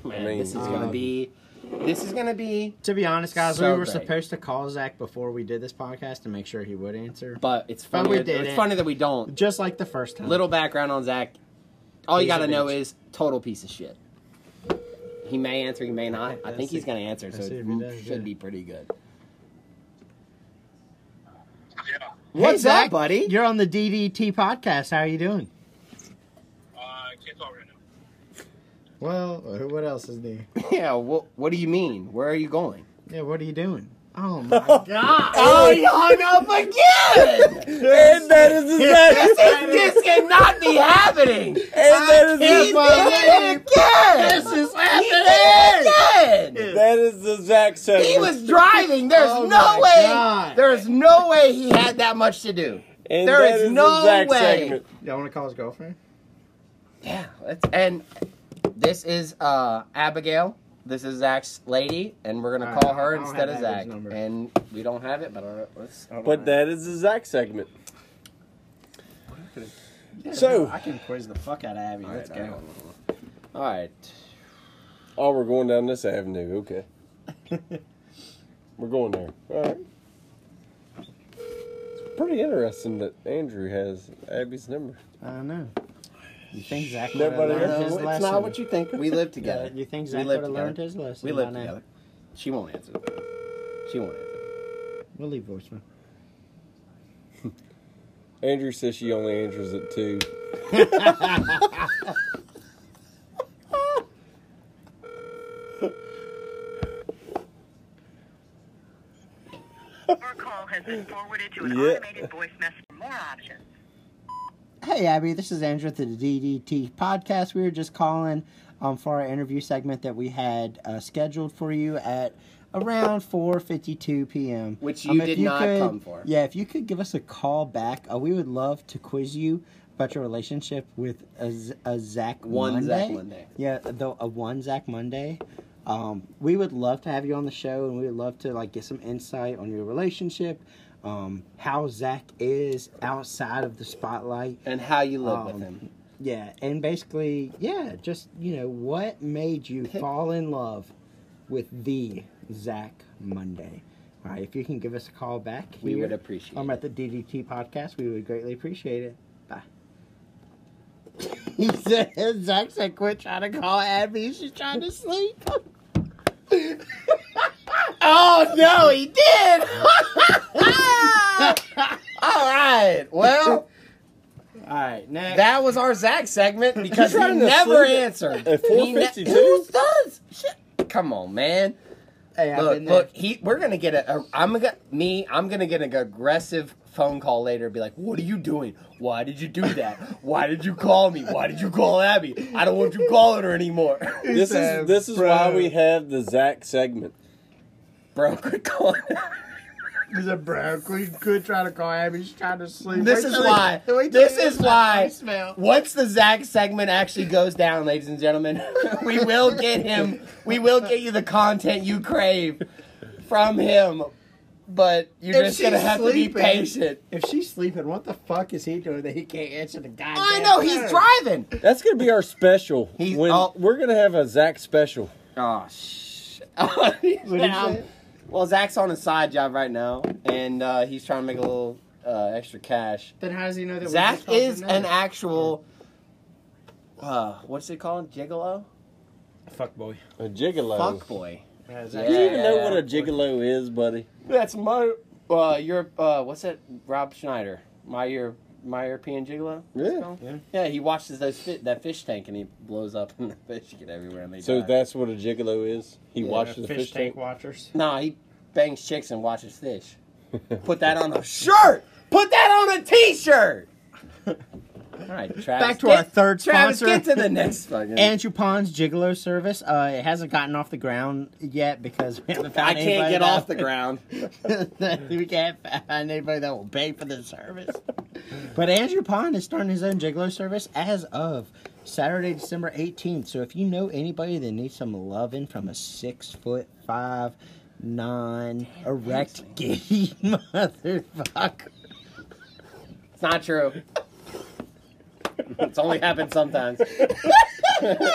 Speaker 3: Man,
Speaker 1: mean,
Speaker 3: this is gonna
Speaker 2: um,
Speaker 3: be. This is gonna be.
Speaker 2: To be honest, guys,
Speaker 3: So
Speaker 2: we were
Speaker 3: great.
Speaker 2: supposed to call Zach before we did this podcast to make sure he would answer.
Speaker 3: But it's
Speaker 2: But
Speaker 3: funny.
Speaker 2: we
Speaker 3: that-
Speaker 2: did
Speaker 3: it's
Speaker 2: it.
Speaker 3: funny that we don't.
Speaker 2: Just like the first time.
Speaker 3: Little background on Zach. All you
Speaker 2: Piece of
Speaker 3: gotta know
Speaker 2: bitch.
Speaker 3: is total piece of shit. He may answer, he may not. I think he's gonna answer, so
Speaker 2: Let's see
Speaker 3: it
Speaker 2: if he does, yeah.
Speaker 3: should be pretty good.
Speaker 4: Yeah.
Speaker 3: What's
Speaker 2: Hey, Zach,
Speaker 3: up, buddy?
Speaker 2: You're on the DDT podcast. How are you doing?
Speaker 4: Uh, can't talk right now.
Speaker 2: Well, what else is new?
Speaker 3: <laughs> Yeah. What What do you mean? Where are you going?
Speaker 2: Yeah, what are you doing? Oh <laughs> my god!
Speaker 3: Oh, you hung up again.
Speaker 1: <laughs> And that is Zach.
Speaker 3: this, this cannot be happening.
Speaker 1: and that
Speaker 3: He
Speaker 1: is
Speaker 3: did
Speaker 1: the Zach.
Speaker 3: it again.
Speaker 2: This is
Speaker 3: He did it again.
Speaker 1: That is the Zach segment.
Speaker 3: He was driving. There's
Speaker 2: Oh
Speaker 3: no
Speaker 2: my
Speaker 3: way.
Speaker 2: God.
Speaker 3: There's no way he had that much to do.
Speaker 1: and
Speaker 3: there
Speaker 1: that
Speaker 3: is
Speaker 1: is
Speaker 3: no
Speaker 1: the Zach
Speaker 3: way.
Speaker 1: segment.
Speaker 2: Y'all want to call his girlfriend?
Speaker 3: Yeah, let's, and this is uh, Abigail. this is Zach's lady, and we're gonna
Speaker 2: All
Speaker 3: call
Speaker 2: right,
Speaker 3: her
Speaker 2: I don't
Speaker 3: instead
Speaker 2: have
Speaker 3: of
Speaker 2: Abby's
Speaker 3: Zach.
Speaker 2: number.
Speaker 3: And we don't have it, but uh, let's. hold
Speaker 1: But
Speaker 3: on.
Speaker 1: that is the Zach segment. So-
Speaker 2: I can quiz the fuck out of Abby.
Speaker 3: All right,
Speaker 2: Let's
Speaker 3: all right,
Speaker 2: go.
Speaker 3: hold on. All right.
Speaker 1: Oh, we're going down this avenue. Okay. we're going there. All right. It's pretty interesting that Andrew has Abby's number.
Speaker 2: I don't know. You think Zach would have
Speaker 1: Nobody
Speaker 2: learned
Speaker 1: knows.
Speaker 2: his
Speaker 1: It's
Speaker 2: lesson?
Speaker 3: It's not what you
Speaker 2: <laughs>
Speaker 3: think. We live together.
Speaker 2: Yeah, you think
Speaker 3: We
Speaker 2: Zach
Speaker 3: live
Speaker 2: would have learned
Speaker 3: together.
Speaker 2: his lesson?
Speaker 3: We
Speaker 2: by
Speaker 3: live
Speaker 2: now?
Speaker 3: together. She won't answer. She won't answer.
Speaker 2: We'll leave voicemail.
Speaker 1: Andrew says she only answers at two.
Speaker 5: Your call has been forwarded to
Speaker 1: an
Speaker 5: an
Speaker 1: Yeah. automated
Speaker 5: automated voice message for more options.
Speaker 2: Hey, Abby, this is Andrew at the DDT podcast. We were just calling um, for our interview segment that we had uh, scheduled for you at around 4.52 p.m.
Speaker 3: Which
Speaker 2: Um,
Speaker 3: you
Speaker 2: if
Speaker 3: did not
Speaker 2: could-
Speaker 3: come for.
Speaker 2: Yeah, if you could give us a call back, uh, we would love to quiz you about your relationship with a, Z- a Zach
Speaker 3: One
Speaker 2: Monday.
Speaker 3: Zach Monday.
Speaker 2: Yeah, the, a one Zach Monday. Um, we would love to have you on the show, and we would love to like get some insight on your relationship, um, how Zach is outside of the spotlight.
Speaker 3: And how you live
Speaker 2: Um,
Speaker 3: with him.
Speaker 2: Yeah, and basically, yeah, just you know, what made you fall in love with the Zach Monday? All right, if you can give us a call back,
Speaker 3: We
Speaker 2: here,
Speaker 3: would appreciate
Speaker 2: um,
Speaker 3: it.
Speaker 2: at the DDT podcast. We would greatly appreciate it.
Speaker 3: <laughs>
Speaker 2: Bye. he said, Zach said, "Quit trying to call Abby. She's trying to
Speaker 3: <laughs>
Speaker 2: sleep."
Speaker 3: Oh no, he
Speaker 2: <laughs>
Speaker 3: did! <laughs> All right. Well,
Speaker 2: All right, next.
Speaker 3: that was our Zach segment because
Speaker 1: He's
Speaker 3: he
Speaker 1: trying to
Speaker 3: never
Speaker 1: sleep
Speaker 3: answered.
Speaker 1: at
Speaker 3: He ne-
Speaker 1: 4:52?
Speaker 3: Who does? Shit. Come on, man.
Speaker 2: hey, I've
Speaker 3: Look,
Speaker 2: been there.
Speaker 3: look. He, we're gonna get a. a I'm gonna me. I'm gonna get an aggressive phone call later. and Be like, what are you doing? Why did you do that? Why did you call me? Why did you call Abby? I don't want you calling her anymore. <laughs>
Speaker 1: This
Speaker 2: said,
Speaker 1: is this is
Speaker 2: "Bro."
Speaker 1: why we have the Zach segment.
Speaker 3: Bro, quit calling. her.
Speaker 2: He's a bro. Quit, quit trying to call Abby. She's trying to sleep.
Speaker 3: This
Speaker 2: Wait
Speaker 3: is
Speaker 2: till he-
Speaker 3: why.
Speaker 2: wait till
Speaker 3: This
Speaker 2: he
Speaker 3: is
Speaker 2: hears that
Speaker 3: why.
Speaker 2: voicemail.
Speaker 3: Once the Zach segment actually goes down, ladies and gentlemen, <laughs> we will get him. We will get you the content you crave from him. But you're
Speaker 2: If
Speaker 3: just gonna
Speaker 2: she's
Speaker 3: have to be
Speaker 2: sleeping-
Speaker 3: patient.
Speaker 2: If she's sleeping, what the fuck is he doing that he can't answer the goddamn?
Speaker 3: Oh, I know he's
Speaker 2: phone?
Speaker 3: driving.
Speaker 1: That's gonna be our special.
Speaker 3: He's-
Speaker 1: when
Speaker 3: oh.
Speaker 1: we're gonna have a Zach special.
Speaker 3: Oh <laughs> shit. Um, well, Zach's on a side job right now, and uh, he's trying to make a little uh, extra cash.
Speaker 2: Then how does he know that? we
Speaker 3: Zach
Speaker 2: just called
Speaker 3: is
Speaker 2: him
Speaker 3: an
Speaker 2: now?
Speaker 3: actual. Uh, what's it called? Gigolo?
Speaker 6: Fuck boy.
Speaker 1: A gigolo.
Speaker 3: Fuck boy.
Speaker 2: Yeah,
Speaker 1: Do you
Speaker 2: Zach-
Speaker 3: Yeah.
Speaker 1: even know what a gigolo is, buddy?
Speaker 3: That's my uh Europe uh what's that Rob Schneider? My Euro, my European gigolo? Is it
Speaker 1: Yeah.
Speaker 3: called?
Speaker 2: Yeah.
Speaker 3: Yeah, he watches those fi- that fish tank and he blows up <laughs> and the fish get everywhere and they
Speaker 1: So
Speaker 3: die.
Speaker 1: that's what a gigolo is. He
Speaker 3: Yeah.
Speaker 1: watches the
Speaker 2: fish, tank watchers.
Speaker 3: Nah, he bangs chicks and watches
Speaker 1: <laughs>
Speaker 3: fish. Put that on a shirt. Put that on a t-shirt. All right, Travis.
Speaker 2: Back to our
Speaker 3: get-
Speaker 2: third
Speaker 3: Travis,
Speaker 2: sponsor.
Speaker 3: get to the next fucking.
Speaker 2: Andrew Pond's Gigolo service. Uh, it hasn't gotten off the ground yet because we haven't found
Speaker 3: I can't
Speaker 2: anybody
Speaker 3: get
Speaker 2: that-
Speaker 3: off the ground.
Speaker 2: we can't find anybody that will pay for the service. But Andrew Pond is starting his own Gigolo service as of Saturday, December 18th. So if you know anybody that needs some loving from a six foot five, non erect gay <laughs> motherfucker.
Speaker 3: It's not true. it's only happened sometimes. it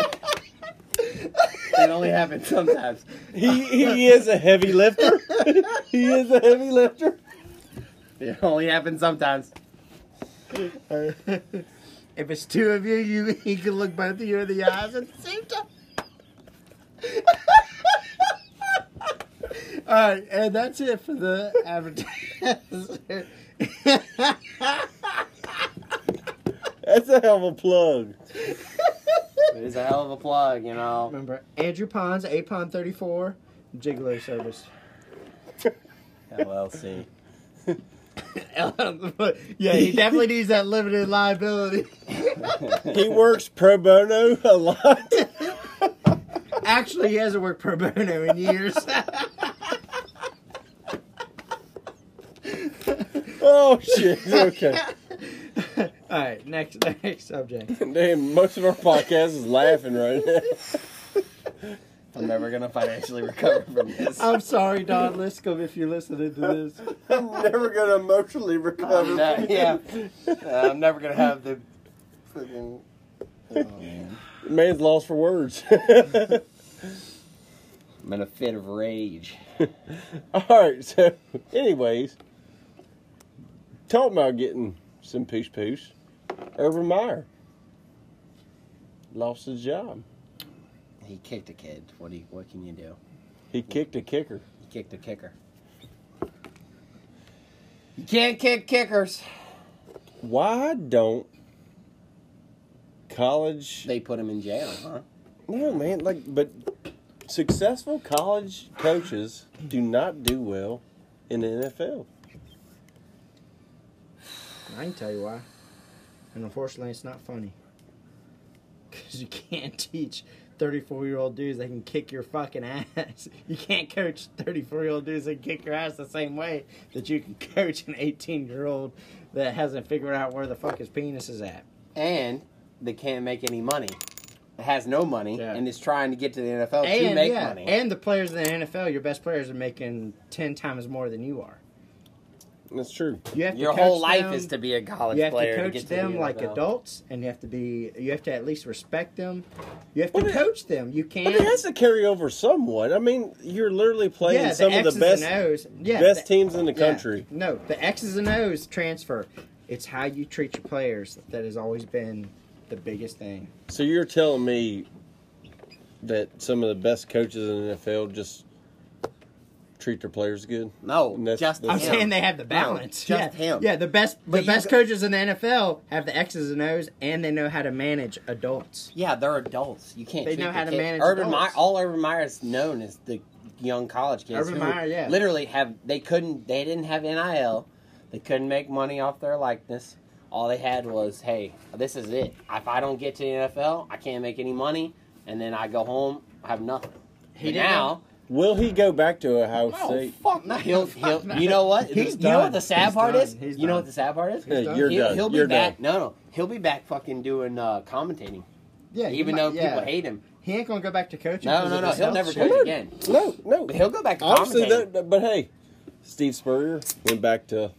Speaker 3: only happens sometimes.
Speaker 1: He he is a heavy lifter. <laughs> he is a heavy lifter.
Speaker 3: It only happens sometimes.
Speaker 2: If it's two of you, you he can look both of you in the eyes at the same time. <laughs> All right, and that's it for the advertiser.
Speaker 1: That's a hell of a plug.
Speaker 3: It is a hell of a plug, you know.
Speaker 2: Remember, Andrew Pons, Apon 34, Jiggler Service.
Speaker 3: LLC.
Speaker 2: <laughs> yeah, he definitely needs that limited liability.
Speaker 1: He works pro bono a lot. <laughs>
Speaker 2: Actually, he hasn't worked pro bono in years. <laughs>
Speaker 1: Oh shit. Okay.
Speaker 2: All right, next next subject.
Speaker 1: Damn, most of our podcast is laughing right now.
Speaker 3: I'm never gonna financially recover from <laughs> this.
Speaker 2: I'm sorry, Don Liscomb, if you're listening to this.
Speaker 1: <laughs> I'm never gonna emotionally recover.
Speaker 3: I'm not-
Speaker 1: from
Speaker 3: yeah. Uh,
Speaker 1: it.
Speaker 3: I'm never gonna have the freaking. Oh, man.
Speaker 1: Man's lost for words. <laughs>
Speaker 3: I'm in a fit of rage.
Speaker 1: All right. So, anyways, talking about getting some poosh poosh. Urban Meyer lost his job.
Speaker 3: He kicked a kid. What do you, What can you do?
Speaker 1: He kicked a kicker.
Speaker 3: He kicked a kicker. You can't kick kickers.
Speaker 1: Why don't college?
Speaker 3: They put him in jail, huh?
Speaker 1: No, man. Like, but successful college coaches do not do well in the NFL.
Speaker 2: I can tell you why. And unfortunately, it's not funny. Because you can't teach 34 year old dudes that can kick your fucking ass. <laughs> You can't coach 34 year old dudes that can kick your ass the same way that you can coach an 18 year old that hasn't figured out where the fuck his penis is at.
Speaker 3: And they can't make any money. It has no money
Speaker 2: Yeah.
Speaker 3: and is trying to get to the NFL to
Speaker 2: And,
Speaker 3: make
Speaker 2: yeah,
Speaker 3: money.
Speaker 2: and the players in the NFL, your best players are making 10 times more than you are.
Speaker 1: That's true.
Speaker 2: You have to
Speaker 3: Your whole
Speaker 2: coach
Speaker 3: life
Speaker 2: them-
Speaker 3: is to be a college
Speaker 2: you have
Speaker 3: player.
Speaker 2: to coach
Speaker 3: get to
Speaker 2: them
Speaker 3: the
Speaker 2: like
Speaker 3: NFL.
Speaker 2: adults and you have to be you have to at least respect them you have to
Speaker 1: Well, it-
Speaker 2: coach them you can't
Speaker 1: But it has to carry over somewhat. I mean, you're literally playing
Speaker 2: yeah,
Speaker 1: some
Speaker 2: the
Speaker 1: of
Speaker 2: X's
Speaker 1: the best
Speaker 2: and O's. Yeah,
Speaker 1: best
Speaker 2: the-
Speaker 1: teams in the
Speaker 2: yeah.
Speaker 1: country.
Speaker 2: No, the X's and O's transfer. It's how you treat your players that has always been the biggest thing.
Speaker 1: So you're telling me that some of the best coaches in the NFL just treat their players good?
Speaker 3: No,
Speaker 1: And that's-
Speaker 3: just
Speaker 1: that's-
Speaker 2: I'm
Speaker 1: Yeah.
Speaker 2: saying they have the balance.
Speaker 3: No, just
Speaker 2: yeah.
Speaker 3: him.
Speaker 2: Yeah, the best
Speaker 3: But
Speaker 2: the
Speaker 3: you
Speaker 2: best
Speaker 3: go-
Speaker 2: coaches in the NFL have the X's and O's and they know how to manage adults.
Speaker 3: Yeah, they're adults. You can't.
Speaker 2: They
Speaker 3: treat
Speaker 2: know
Speaker 3: the
Speaker 2: how to
Speaker 3: kid-
Speaker 2: manage
Speaker 3: Urban
Speaker 2: adults.
Speaker 3: Meyer. All Urban Meyer is known is the young college kids.
Speaker 2: Urban
Speaker 3: who
Speaker 2: Meyer, yeah.
Speaker 3: Literally have they couldn't they didn't have nil, they couldn't make money off their likeness. All they had was hey, this is it. If I don't get to the NFL, I can't make any money, and then I go home, I have nothing.
Speaker 2: He
Speaker 3: And
Speaker 2: didn't-
Speaker 3: now,
Speaker 1: Will he go back to Ohio
Speaker 3: oh
Speaker 1: State?
Speaker 3: fuck,
Speaker 2: <laughs>
Speaker 3: no, he'll, he'll, you know what?
Speaker 2: He's
Speaker 3: you know
Speaker 2: done.
Speaker 3: what the sad
Speaker 2: He's
Speaker 3: part
Speaker 2: done.
Speaker 3: is?
Speaker 2: He's
Speaker 3: you know
Speaker 2: done.
Speaker 3: what the sad part is?
Speaker 1: Hey,
Speaker 2: done.
Speaker 1: you're
Speaker 3: he'll,
Speaker 1: done.
Speaker 3: he'll be
Speaker 1: you're
Speaker 3: back.
Speaker 1: done.
Speaker 3: No, no, he'll be back fucking doing uh, commentating,
Speaker 2: Yeah, you
Speaker 3: even
Speaker 2: might-
Speaker 3: though
Speaker 2: yeah.
Speaker 3: people hate him.
Speaker 2: he ain't gonna go back to coaching.
Speaker 3: No,
Speaker 2: 'cause
Speaker 3: no,
Speaker 2: of
Speaker 3: no,
Speaker 2: his
Speaker 3: he'll
Speaker 2: health
Speaker 3: never
Speaker 2: shit.
Speaker 3: coach again.
Speaker 1: No, no.
Speaker 3: But he'll go back to
Speaker 1: Obviously,
Speaker 3: commentating.
Speaker 1: that, but hey, Steve Spurrier went back to.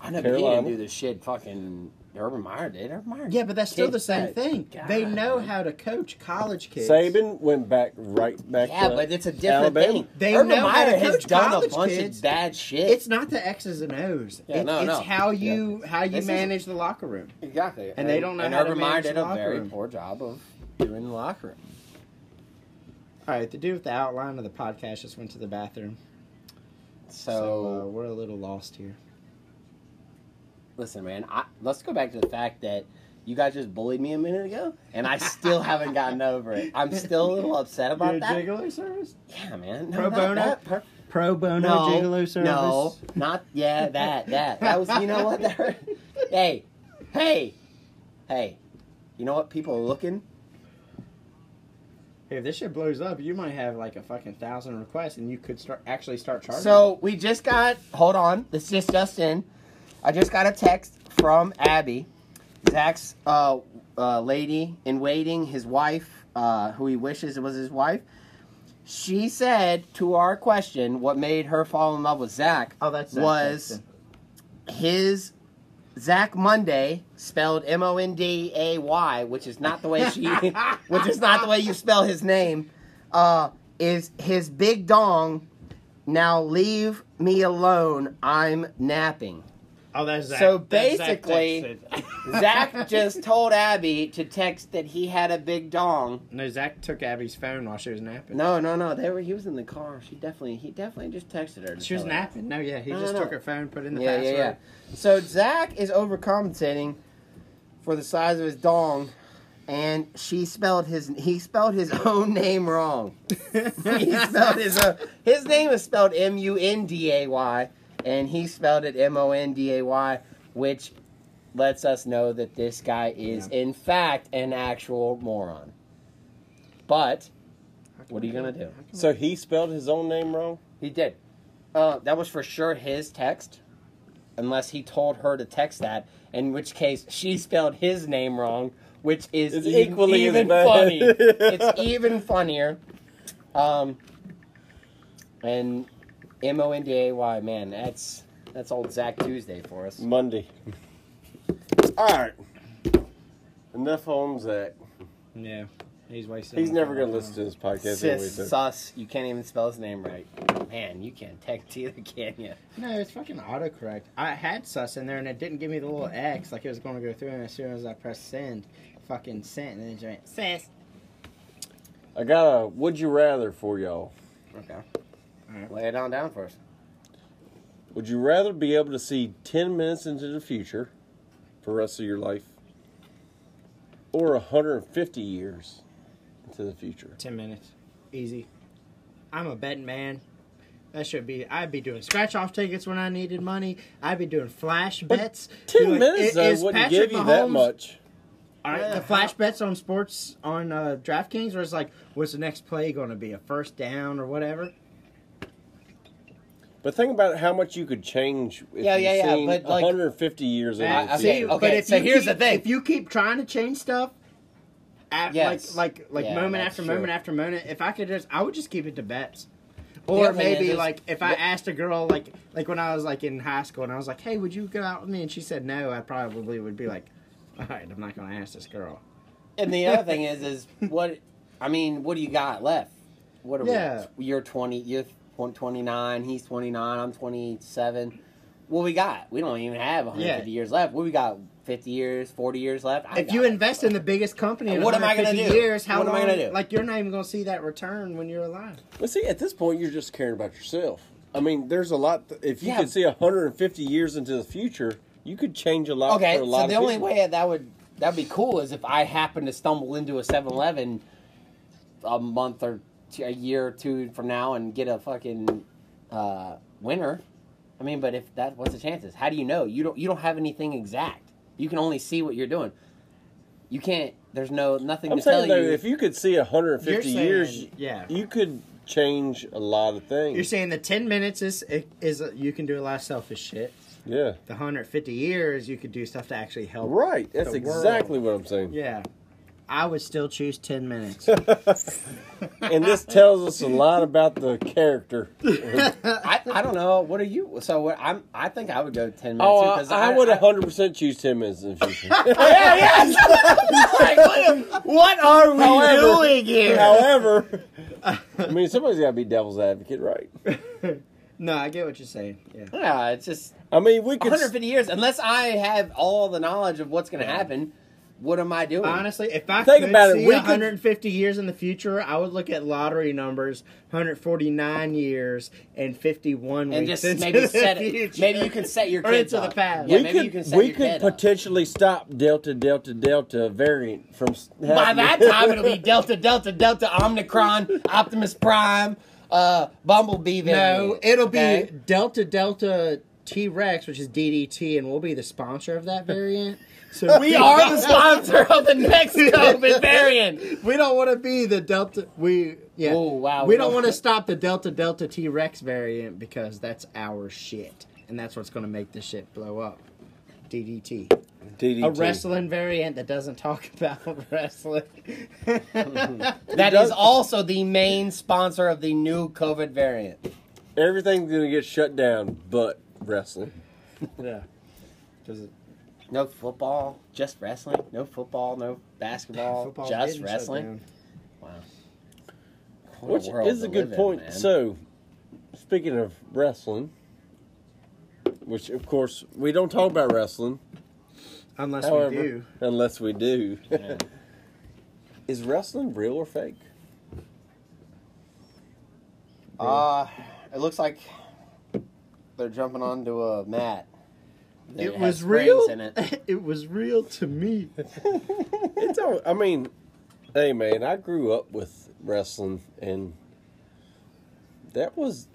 Speaker 3: I know, but he didn't
Speaker 1: Carolina.
Speaker 3: do this shit. Fucking Urban Meyer did. Urban Meyer.
Speaker 2: Yeah, but that's still the same
Speaker 3: Kid-
Speaker 2: thing.
Speaker 3: God.
Speaker 2: They know how to coach college kids.
Speaker 1: Saban went back right back
Speaker 3: Yeah,
Speaker 1: to
Speaker 3: but it's a different
Speaker 1: Alabama.
Speaker 3: thing.
Speaker 2: They
Speaker 3: Urban
Speaker 2: know how
Speaker 3: Meyer
Speaker 2: to
Speaker 3: has
Speaker 2: coach
Speaker 3: done a
Speaker 2: college
Speaker 3: bunch
Speaker 2: kids.
Speaker 3: of bad shit.
Speaker 2: It's not the X's and O's.
Speaker 3: Yeah,
Speaker 2: It-
Speaker 3: no,
Speaker 2: it's
Speaker 3: no.
Speaker 2: how you how you
Speaker 3: This is-
Speaker 2: manage the locker room.
Speaker 3: exactly,
Speaker 2: and they don't know
Speaker 3: And
Speaker 2: how to
Speaker 3: Urban Meyer
Speaker 2: manage
Speaker 3: did
Speaker 2: the
Speaker 3: a
Speaker 2: locker
Speaker 3: very
Speaker 2: room.
Speaker 3: poor job of doing the locker room.
Speaker 2: All right, to do with the outline of the podcast, just went to the bathroom,
Speaker 3: So,
Speaker 2: so, uh, we're a little lost here.
Speaker 3: listen, man. I, let's go back to the fact that you guys just bullied me a minute ago, and
Speaker 2: <laughs>
Speaker 3: I still haven't gotten over it. I'm still a little upset about that.
Speaker 2: gigolo service?
Speaker 3: Yeah, man. No,
Speaker 2: Pro
Speaker 3: not
Speaker 2: bono?
Speaker 3: that. Per-
Speaker 2: Pro bono
Speaker 3: no,
Speaker 2: gigolo service?
Speaker 3: No, not yeah, that that that was you know what <laughs> that hurt. Hey, hey, hey, you know what? People are looking.
Speaker 2: If this shit blows up, you might have like a fucking thousand requests, and you could start actually start charging.
Speaker 3: So we just got. Hold on, this is just in. I just got a text from Abby, Zach's uh, uh, lady in waiting, his wife, uh, who he wishes was his wife. She said to our question, what made her fall in love with Zach?
Speaker 2: oh, that's that
Speaker 3: was.
Speaker 2: person.
Speaker 3: his Zach Monday spelled M O N D A Y, which is not the way she,
Speaker 2: <laughs>
Speaker 3: which is not the way you spell his name, uh, is his big dong. Now leave me alone. I'm napping.
Speaker 2: Oh, that's Zach.
Speaker 3: so
Speaker 2: That's Zach
Speaker 3: basically-
Speaker 2: texted.
Speaker 3: Zach just told Abby to text that he had a big dong.
Speaker 2: <laughs> no, Zach took Abby's phone while she was napping.
Speaker 3: No, no, no. They were. He was in the car. She definitely. He definitely just texted her. to
Speaker 2: she was
Speaker 3: tell her.
Speaker 2: napping. No, yeah, he
Speaker 3: No,
Speaker 2: just
Speaker 3: no, no.
Speaker 2: took her phone, put in the
Speaker 3: yeah,
Speaker 2: password.
Speaker 3: yeah, yeah. So Zach is overcompensating for the size of his dong, and she spelled his he spelled his <laughs> own name wrong.
Speaker 2: <laughs>
Speaker 3: he spelled his own, his name is spelled M U N D A Y, and he spelled it M O N D A Y, which lets us know that this guy is in fact an actual moron. But what are you gonna do?
Speaker 1: So he spelled his own name wrong.
Speaker 3: He did. Uh, that was for sure his text, unless he told her to text that. In which case, she spelled his name wrong, which is
Speaker 1: It's
Speaker 3: e-
Speaker 1: equally as
Speaker 3: even
Speaker 1: bad.
Speaker 3: funny. it's even funnier. Um, and M O N D A Y, man, that's that's old Zach Tuesday for us.
Speaker 1: Monday. All right. Enough on Zach.
Speaker 2: Yeah, he's wasting.
Speaker 1: He's
Speaker 2: my
Speaker 1: never
Speaker 2: time.
Speaker 1: going to listen to this podcast anyway.
Speaker 3: Sis,
Speaker 1: So.
Speaker 3: sus, you can't even spell his name right. Man, you can't text <laughs> either, can you?
Speaker 2: No, it's fucking autocorrect. I had sus in there and it didn't give me the little X like it was going to go through, and as soon as I pressed send, fucking sent, and then it went sus.
Speaker 1: I got a would you rather for y'all.
Speaker 3: Okay. Lay it on down for us.
Speaker 1: Would you rather be able to see 10 minutes into the future for the rest of your life or 150 years into the future?
Speaker 2: Ten minutes, easy. I'm a betting man. That should be. I'd be doing scratch off tickets when I needed money. I'd be doing flash bets.
Speaker 1: 10
Speaker 2: Doing-
Speaker 1: minutes,
Speaker 2: i-
Speaker 1: though,
Speaker 2: is
Speaker 1: wouldn't
Speaker 2: Patrick
Speaker 1: give you that
Speaker 2: Mahomes-
Speaker 1: much.
Speaker 2: All right, the flash bets on sports on uh, DraftKings, where it's like, what's the next play going to be? A first down or whatever?
Speaker 1: But think about how much you could change if
Speaker 3: Yeah,
Speaker 1: you
Speaker 3: yeah, yeah,
Speaker 1: seen
Speaker 3: but, like-
Speaker 1: 150 years into
Speaker 3: I-
Speaker 1: the
Speaker 3: I see.
Speaker 1: future.
Speaker 3: Okay, so
Speaker 2: you
Speaker 3: here's the
Speaker 2: keep,
Speaker 3: thing.
Speaker 2: If you keep trying to change stuff, at,
Speaker 3: Yes.
Speaker 2: like like like
Speaker 3: Yeah,
Speaker 2: moment
Speaker 3: that's
Speaker 2: after
Speaker 3: true.
Speaker 2: moment after moment, if I could just, I would just keep it to bets. Or
Speaker 3: other thing
Speaker 2: maybe
Speaker 3: is-
Speaker 2: like if I
Speaker 3: the-
Speaker 2: asked a girl like like when I was like in high school and I was like, hey, would you go out with me? And she said no, I probably would be like, all right, I'm not going to ask this girl.
Speaker 3: And the other
Speaker 2: <laughs>
Speaker 3: thing is, is what I mean, what do you got left? What are
Speaker 2: Yeah.
Speaker 3: we? You're 20, you're 29, he's 29, I'm 27. What we got? We don't even have 150
Speaker 2: Yeah.
Speaker 3: years left. What we got? 50 years, 40 years left? I
Speaker 2: if
Speaker 3: got
Speaker 2: you
Speaker 3: it.
Speaker 2: invest in the biggest company, in
Speaker 3: And what am I gonna
Speaker 2: 150
Speaker 3: do?
Speaker 2: Years, how
Speaker 3: What am
Speaker 2: long,
Speaker 3: I gonna do?
Speaker 2: Like you're not even gonna see that return when you're alive.
Speaker 1: But see, at this point, you're just caring about yourself. I mean, there's a lot. th- if you
Speaker 3: Yeah.
Speaker 1: could see 150 years into the future, you could change a lot.
Speaker 3: Okay,
Speaker 1: for a
Speaker 3: so
Speaker 1: lot
Speaker 3: the
Speaker 1: of
Speaker 3: only
Speaker 1: people.
Speaker 3: way that would that'd be cool is if I happen to stumble into a 7-Eleven a month or t- a year or two from now and get a fucking uh, winner. I mean, but if that, what's the chances? How do you know? You don't. You don't have anything exact. You can only see what you're doing. You can't. There's no nothing
Speaker 1: I'm
Speaker 3: to tell
Speaker 1: saying though,
Speaker 3: you.
Speaker 1: if you could see 150
Speaker 2: You're
Speaker 1: years,
Speaker 2: saying- yeah.
Speaker 1: you could change a lot of things.
Speaker 2: You're saying the ten minutes is is uh, you can do a lot of selfish shit.
Speaker 1: yeah,
Speaker 2: The hundred fifty years you could do stuff to actually help.
Speaker 1: right. That's
Speaker 2: The world.
Speaker 1: exactly what I'm saying.
Speaker 2: Yeah, I would still choose ten <laughs> minutes.
Speaker 1: and this tells us a lot about
Speaker 3: <laughs>
Speaker 1: the character.
Speaker 3: I, I don't know. What are you? So what, I'm. I think I would go ten minutes.
Speaker 1: oh,
Speaker 3: too,
Speaker 1: I,
Speaker 3: 'cause
Speaker 1: I would 100 percent choose 10 minutes in the future.
Speaker 3: <laughs> Yeah, yes! <laughs> Like, what are we
Speaker 1: However-
Speaker 3: doing here? <laughs>
Speaker 1: However, I mean, somebody's got to be devil's advocate, right?
Speaker 2: no, I get what you're saying. Yeah,
Speaker 3: Yeah, it's just
Speaker 1: I mean, we could.
Speaker 3: 150 years. Unless I have all the knowledge of what's going to happen, what am I doing?
Speaker 2: honestly, if I
Speaker 1: Think
Speaker 2: could
Speaker 1: about it,
Speaker 2: see
Speaker 1: we could-
Speaker 2: 150 years in the future, I would look at lottery numbers, 149 years and 51
Speaker 3: and
Speaker 2: weeks
Speaker 3: just
Speaker 2: into
Speaker 3: maybe
Speaker 2: the
Speaker 3: set it.
Speaker 2: future.
Speaker 3: Maybe you can set your
Speaker 2: Or
Speaker 3: kids
Speaker 2: into the
Speaker 3: up.
Speaker 2: past.
Speaker 3: Yeah,
Speaker 1: we
Speaker 3: maybe
Speaker 1: could,
Speaker 3: you can set
Speaker 1: we
Speaker 3: your
Speaker 1: could
Speaker 3: kid up.
Speaker 1: potentially stop Delta, Delta, Delta variant from. s-
Speaker 3: By
Speaker 1: happening.
Speaker 3: that time, it'll be Delta, Delta, Delta, Omnicron, Optimus Prime, uh, Bumblebee.
Speaker 2: No,
Speaker 3: variant,
Speaker 2: it'll be
Speaker 3: okay?
Speaker 2: Delta Delta T Rex, which is DDT, and we'll be the sponsor of that variant. So
Speaker 3: <laughs> We are the sponsor of the next <laughs> COVID
Speaker 2: <laughs>
Speaker 3: variant.
Speaker 2: We don't want to be the Delta. We yeah.
Speaker 3: Oh, wow.
Speaker 2: We don't want
Speaker 3: <laughs>
Speaker 2: to stop the Delta Delta T Rex variant because that's our shit, and that's what's going to make this shit blow up. DDT,
Speaker 1: DDT.
Speaker 2: a wrestling variant that doesn't talk <laughs> about wrestling.
Speaker 3: <laughs> That
Speaker 1: does-
Speaker 3: is also the main sponsor of the new COVID variant.
Speaker 1: Everything's gonna get shut down, but wrestling.
Speaker 2: yeah.
Speaker 3: No football, just wrestling. No football, no basketball, just wrestling. Wow.
Speaker 1: Which is a good point. So, speaking of wrestling, which of course we don't talk about wrestling,
Speaker 2: Unless
Speaker 1: however,
Speaker 2: we do.
Speaker 1: unless we do,
Speaker 3: Yeah.
Speaker 1: <laughs> is wrestling real or fake?
Speaker 3: uh, it looks like they're jumping onto a mat. that
Speaker 2: It
Speaker 3: has
Speaker 2: was
Speaker 3: springs
Speaker 2: real.
Speaker 3: In it.
Speaker 2: <laughs> It. was real to me.
Speaker 1: It's all. I mean, hey man, I grew up with wrestling, and that was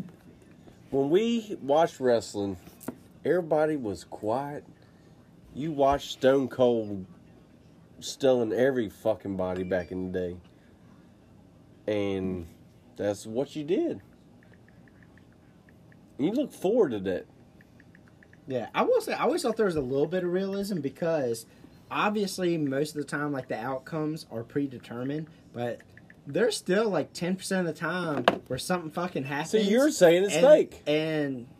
Speaker 1: when we watched wrestling. Everybody was quiet. You watched Stone Cold stealing every fucking body back in the day, and that's what you did. You look forward to that.
Speaker 2: Yeah, I will say I always thought there was a little bit of realism because obviously most of the time like the outcomes are predetermined, but there's still like ten percent of the time where something fucking happens.
Speaker 1: See, you're saying it's
Speaker 2: and,
Speaker 1: fake.
Speaker 3: <laughs>
Speaker 2: and <laughs>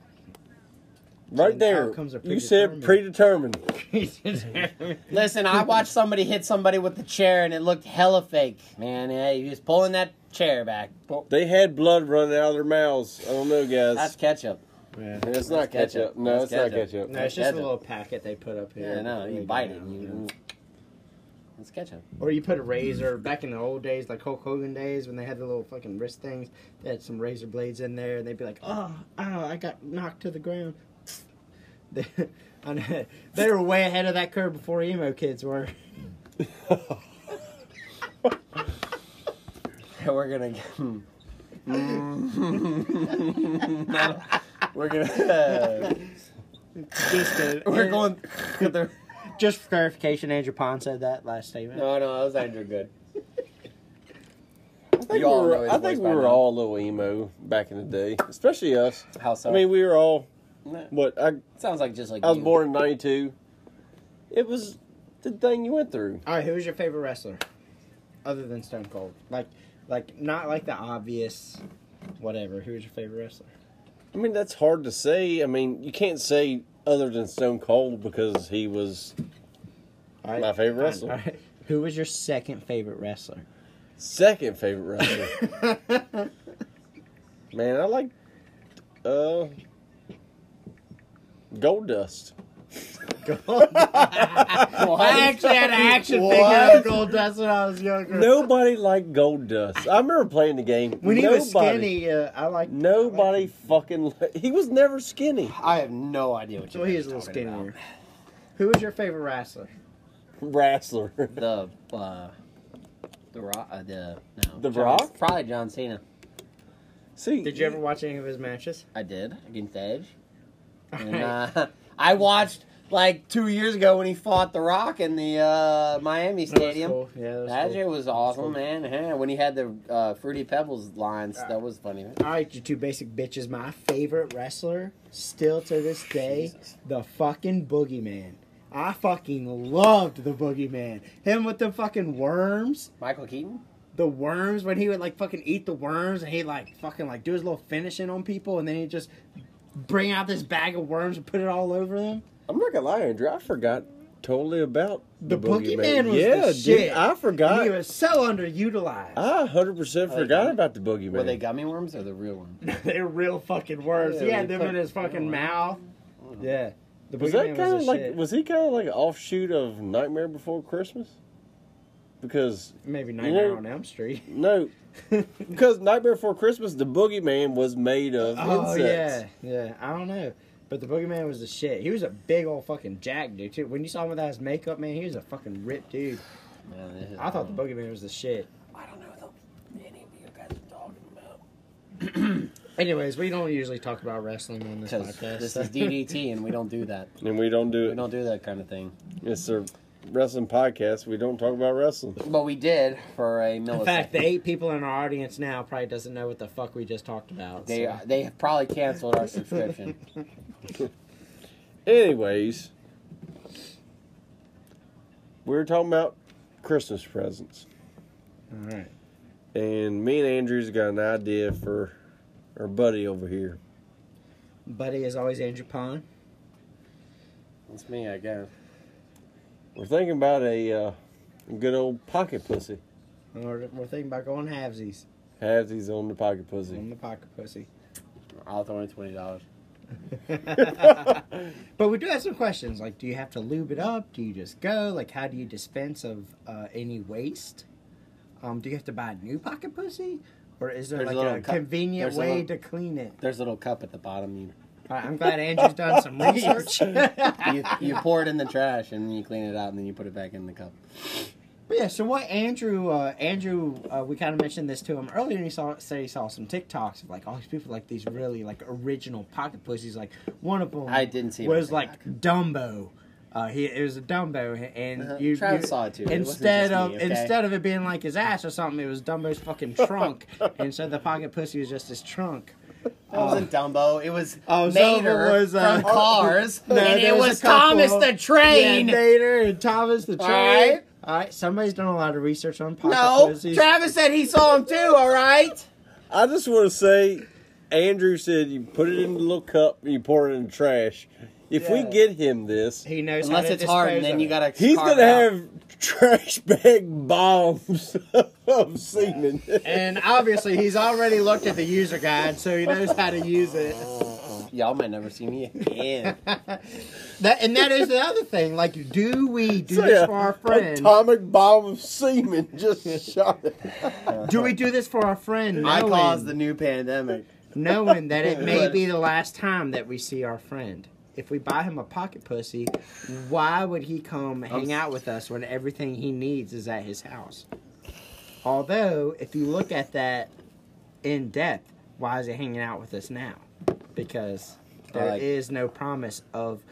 Speaker 1: Right
Speaker 2: and
Speaker 1: there.
Speaker 2: outcomes are
Speaker 1: You said predetermined.
Speaker 3: Listen, I watched somebody hit somebody with the chair and it looked hella fake. Man, yeah, he was pulling that chair back. Pull-
Speaker 1: They had blood running out of their mouths. I don't know, guys.
Speaker 3: That's ketchup.
Speaker 2: Yeah.
Speaker 1: it's
Speaker 3: ketchup.
Speaker 1: not ketchup. No,
Speaker 3: That's
Speaker 1: it's not
Speaker 3: ketchup.
Speaker 1: ketchup.
Speaker 2: No, it's just a little packet they put up here.
Speaker 3: Yeah, no, you
Speaker 2: Like,
Speaker 3: bite it.
Speaker 2: you know.
Speaker 3: You, it's ketchup.
Speaker 2: Or you put a razor. Back in the old days, like Hulk Hogan days, when they had the little fucking wrist things, they had some razor blades in there, and they'd be like, "Oh, ow, I got knocked to the ground." <laughs> They, I know, they were way ahead of that curve before emo kids were.
Speaker 3: We're gonna. get- hmm. Mm. We're gonna.
Speaker 2: Just <laughs> a,
Speaker 3: <laughs> we're going.
Speaker 2: Just for clarification, Andrew Pond said that last statement.
Speaker 3: No, no, that was Andrew Good.
Speaker 1: <laughs> I think, we
Speaker 3: You all know
Speaker 1: were,
Speaker 3: his
Speaker 1: I think
Speaker 3: voice
Speaker 1: we
Speaker 3: by
Speaker 1: were
Speaker 3: now.
Speaker 1: all a little emo back in the day, especially us.
Speaker 3: How so?
Speaker 1: I mean, we were all.
Speaker 3: Nah,
Speaker 1: What I
Speaker 3: sounds like just like
Speaker 1: I was
Speaker 3: you.
Speaker 1: born in '92. It was the thing you went through.
Speaker 2: All right, who's your favorite wrestler, other than Stone Cold? Like, like not like the obvious, whatever. Who's your favorite wrestler?
Speaker 1: I mean, that's hard to say. I mean, you can't say other than Stone Cold because he was
Speaker 2: All right,
Speaker 1: My favorite
Speaker 2: fine.
Speaker 1: wrestler.
Speaker 2: All right. Who was your second favorite wrestler? <laughs>
Speaker 1: second favorite
Speaker 3: <laughs>
Speaker 1: wrestler. Man, I like uh Gold Dust.
Speaker 3: Oh,
Speaker 2: I actually had an action figure of Gold Dust when I was younger.
Speaker 1: Nobody liked Gold Dust. I remember playing the game.
Speaker 2: When he
Speaker 1: nobody,
Speaker 2: was skinny, uh, I liked.
Speaker 1: nobody fucking. li- He was never skinny.
Speaker 3: I have no idea what
Speaker 2: So
Speaker 3: you're
Speaker 2: he is a little
Speaker 3: talking about.
Speaker 2: skinnier. Who was your favorite wrestler?
Speaker 1: Wrestler.
Speaker 3: The uh, the rock. Uh, the no.
Speaker 1: The
Speaker 3: John-
Speaker 1: Rock?
Speaker 3: Probably John Cena.
Speaker 1: See,
Speaker 2: Did you ever watch any of his matches?
Speaker 3: I did against Edge. And,
Speaker 2: Alright.
Speaker 3: uh, <laughs> I watched like two years ago when he fought The Rock in the uh, Miami
Speaker 2: That was
Speaker 3: Stadium.
Speaker 2: cool. Yeah, that was
Speaker 3: That
Speaker 2: cool.
Speaker 3: shit was awesome, man. Yeah, when he had the uh, Fruity Pebbles lines, that was funny.
Speaker 2: All right, you two basic bitches. My favorite wrestler, still to this day,
Speaker 3: Jesus.
Speaker 2: the fucking Boogeyman. I fucking loved the Boogeyman. Him with the fucking worms,
Speaker 3: Michael Keaton?
Speaker 2: the worms when he would like fucking eat the worms and he like fucking like do his little finishing on people and then he just bring out this bag of worms and put it all over them.
Speaker 1: I'm not gonna lie, Andrew. I forgot totally about
Speaker 2: The Boogeyman was
Speaker 1: yeah,
Speaker 2: the shit.
Speaker 1: dude, I
Speaker 2: And
Speaker 1: forgot.
Speaker 2: he was so underutilized.
Speaker 1: I 100 percent
Speaker 3: Oh, they
Speaker 1: forgot
Speaker 3: got it.
Speaker 1: about the Boogeyman.
Speaker 3: Were they gummy worms or the real
Speaker 2: <laughs>
Speaker 3: ones?
Speaker 2: <laughs> They're real fucking worms.
Speaker 1: Yeah,
Speaker 2: he had
Speaker 1: they
Speaker 2: them
Speaker 1: put-
Speaker 2: in his fucking
Speaker 3: yeah.
Speaker 2: mouth. Yeah. The
Speaker 1: was that
Speaker 2: Boogeyman
Speaker 1: kind of
Speaker 2: was the
Speaker 1: like?
Speaker 2: shit.
Speaker 1: Was he kind of like an offshoot of Nightmare Before Christmas? Because
Speaker 2: Maybe Nightmare
Speaker 1: know-
Speaker 2: on Elm Street. <laughs>
Speaker 1: no, because Nightmare Before Christmas, the Boogeyman was made of
Speaker 2: Oh
Speaker 1: insects.
Speaker 2: yeah, yeah. I don't know, but the boogeyman was the shit. He was a big old fucking jack dude too. When you saw him without his makeup, man, he was a fucking ripped dude.
Speaker 3: Man, this is-
Speaker 2: I
Speaker 3: <laughs>
Speaker 2: thought the boogeyman was the shit.
Speaker 3: Mm. I don't know what the- any of you guys are talking about.
Speaker 2: <clears throat> Anyways, we don't usually talk about wrestling on this
Speaker 3: Because
Speaker 2: podcast. <laughs>
Speaker 3: this is DDT and we don't do that.
Speaker 1: And we don't do
Speaker 3: We
Speaker 1: it.
Speaker 3: don't do that kind of thing.
Speaker 1: It's a wrestling podcast. We don't talk about wrestling.
Speaker 3: But we did for a millisecond.
Speaker 2: in fact, the eight people in our audience now probably doesn't know what the fuck we just talked about.
Speaker 3: They
Speaker 2: so.
Speaker 3: they have probably canceled
Speaker 2: <laughs>
Speaker 3: our subscription.
Speaker 1: Anyways, we were talking about Christmas presents,
Speaker 2: All right.
Speaker 1: and me and Andrew's got an idea for our buddy over here.
Speaker 2: Buddy is always Andrew Pond.
Speaker 3: It's me, I guess.
Speaker 1: We're thinking about a uh, good old pocket pussy.
Speaker 2: We're, we're thinking about going halvesies
Speaker 1: Halvesies on the pocket
Speaker 2: on
Speaker 1: pussy.
Speaker 2: the pocket pussy.
Speaker 3: I'll throw in twenty dollars.
Speaker 2: But we do have some questions. Like, do you have to lube it up? Do you just go? Like, how do you dispense of uh, any waste? Um, do you have to buy a new pocket pussy, or is there
Speaker 3: There's a
Speaker 2: like
Speaker 3: little
Speaker 2: a,
Speaker 3: cu-
Speaker 2: convenient
Speaker 3: there's a
Speaker 2: way
Speaker 3: little-
Speaker 2: to clean it?
Speaker 3: There's a little cup at the bottom. You
Speaker 2: All right, I'm glad Andrew's done
Speaker 3: <laughs>
Speaker 2: some research. but
Speaker 3: you, you pour it in the trash and then you clean it out and then you put it back in the cup.
Speaker 2: yeah, so what Andrew? Uh, Andrew, uh, we kind of mentioned this to him earlier, and he saw said he saw some TikToks of like all these people like these really like original pocket pussies. Like one of them,
Speaker 3: I didn't see him on
Speaker 2: was like Dumbo. Uh, he it was a Dumbo, and
Speaker 3: Uh,
Speaker 2: you,
Speaker 3: Travis
Speaker 2: you-
Speaker 3: saw it too. It wasn't
Speaker 2: Instead
Speaker 3: just
Speaker 2: of
Speaker 3: me, okay?
Speaker 2: instead of it being like his ass or something, it was Dumbo's
Speaker 3: <laughs>
Speaker 2: fucking trunk, and so the pocket pussy was just his trunk.
Speaker 3: It wasn't Dumbo. It Um, was
Speaker 2: Oh,
Speaker 3: Mater
Speaker 2: Dumbo was, uh,
Speaker 3: from Cars,
Speaker 2: No,
Speaker 3: <laughs> and <laughs>
Speaker 2: there
Speaker 3: it
Speaker 2: was a
Speaker 3: was
Speaker 2: couple.
Speaker 3: Thomas the Train.
Speaker 2: Yeah, Nader and Thomas the
Speaker 3: All
Speaker 2: train.
Speaker 3: right.
Speaker 2: All right, somebody's done a lot of research on pocket
Speaker 3: <laughs> No,
Speaker 2: pussies.
Speaker 3: Travis said he saw him too. All right.
Speaker 1: I just want to say, Andrew said you put it in the little cup and you pour it in the trash. If we
Speaker 2: Yeah.
Speaker 1: get him this,
Speaker 2: he knows how
Speaker 3: Unless
Speaker 2: to
Speaker 3: it's hard,
Speaker 2: dispose
Speaker 3: and then
Speaker 2: of
Speaker 3: you
Speaker 2: it.
Speaker 3: gotta.
Speaker 1: he's
Speaker 3: carve
Speaker 1: gonna
Speaker 3: it out.
Speaker 1: have trash bag bombs <laughs> of semen.
Speaker 2: And obviously, he's already looked at the user guide, so he knows how to use it.
Speaker 3: Y'all might never see me again.
Speaker 2: That and that is the other thing. Like, do we do
Speaker 1: So,
Speaker 2: this
Speaker 1: <laughs> yeah,
Speaker 2: for our friend?
Speaker 1: Atomic bomb of semen
Speaker 2: <laughs>
Speaker 1: just shot. It.
Speaker 2: Do we do this for our friend?
Speaker 3: <laughs> I
Speaker 2: Knowing,
Speaker 3: caused the new pandemic.
Speaker 2: knowing that it may be the last time that we see our friend. If we buy him a pocket pussy, why would he come hang out with us when everything he needs is at his house? Although, if you look at that in depth, why is he hanging out with us now? Because there is
Speaker 3: like-
Speaker 2: no promise of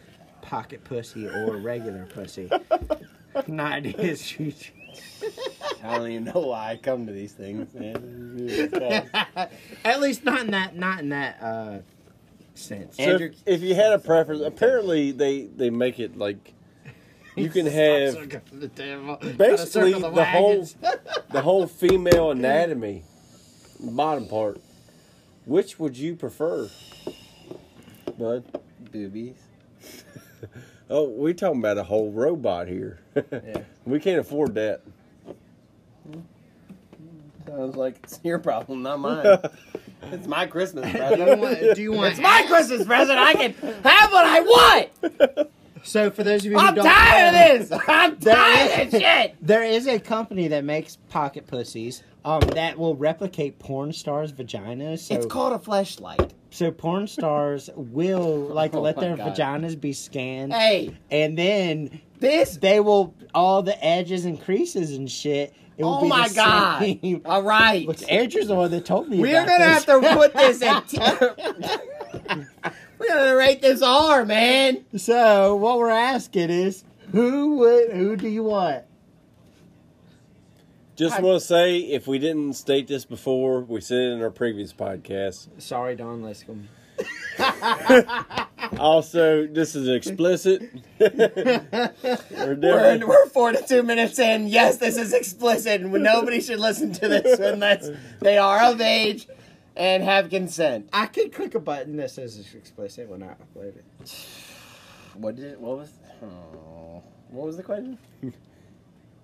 Speaker 2: pocket pussy or regular pussy. Not in his future.
Speaker 3: I don't even know why I come to these things, man. <laughs>
Speaker 2: At least not in that not in that uh sense.
Speaker 1: So
Speaker 3: Andrew-
Speaker 1: if, if you had a preference, apparently they they make it like
Speaker 2: <laughs>
Speaker 1: you can have
Speaker 2: the table,
Speaker 1: basically the, whole <laughs> the whole female anatomy, bottom part. Which would you prefer, bud?
Speaker 3: Boobies.
Speaker 1: Oh, we talking about a whole robot here. <laughs> we can't afford that.
Speaker 3: Sounds like it's your problem, not <laughs> mine. it's my Christmas <laughs>
Speaker 2: Do you
Speaker 3: present.
Speaker 2: want? Do you want
Speaker 3: it's my Christmas present. I can have what I want.
Speaker 2: so for those of you who
Speaker 3: I'm
Speaker 2: don't
Speaker 3: tired of this. <laughs> I'm
Speaker 2: That
Speaker 3: tired of this shit.
Speaker 2: There is a company that makes pocket pussies um, that will replicate porn stars' vaginas. So,
Speaker 3: It's called a flashlight.
Speaker 2: so porn stars will like
Speaker 3: Oh
Speaker 2: let
Speaker 3: my
Speaker 2: their
Speaker 3: God.
Speaker 2: vaginas be scanned,
Speaker 3: Hey,
Speaker 2: and then
Speaker 3: this.
Speaker 2: they will all the edges and creases and shit. It will
Speaker 3: Oh
Speaker 2: be
Speaker 3: my
Speaker 2: the
Speaker 3: god!
Speaker 2: same.
Speaker 3: All
Speaker 2: <laughs>
Speaker 3: right,
Speaker 2: Look, Andrew's the one that told me.
Speaker 3: we're
Speaker 2: about
Speaker 3: gonna
Speaker 2: this.
Speaker 3: have to put this. At t- <laughs> we're gonna rate this R, man.
Speaker 2: So what we're asking is, who would, who do you want?
Speaker 1: Just want to say, if we didn't state this before, we said it in our previous podcast.
Speaker 2: Sorry, Don Liscombe.
Speaker 1: Also, this is explicit. We're
Speaker 3: We're,
Speaker 1: different.
Speaker 3: we're 42 minutes in. Yes, this is explicit, and nobody should listen to <laughs> this unless they are of age and have consent.
Speaker 2: I could click a button that says it's explicit when I upload it.
Speaker 3: What did? What was? Oh, what was the question?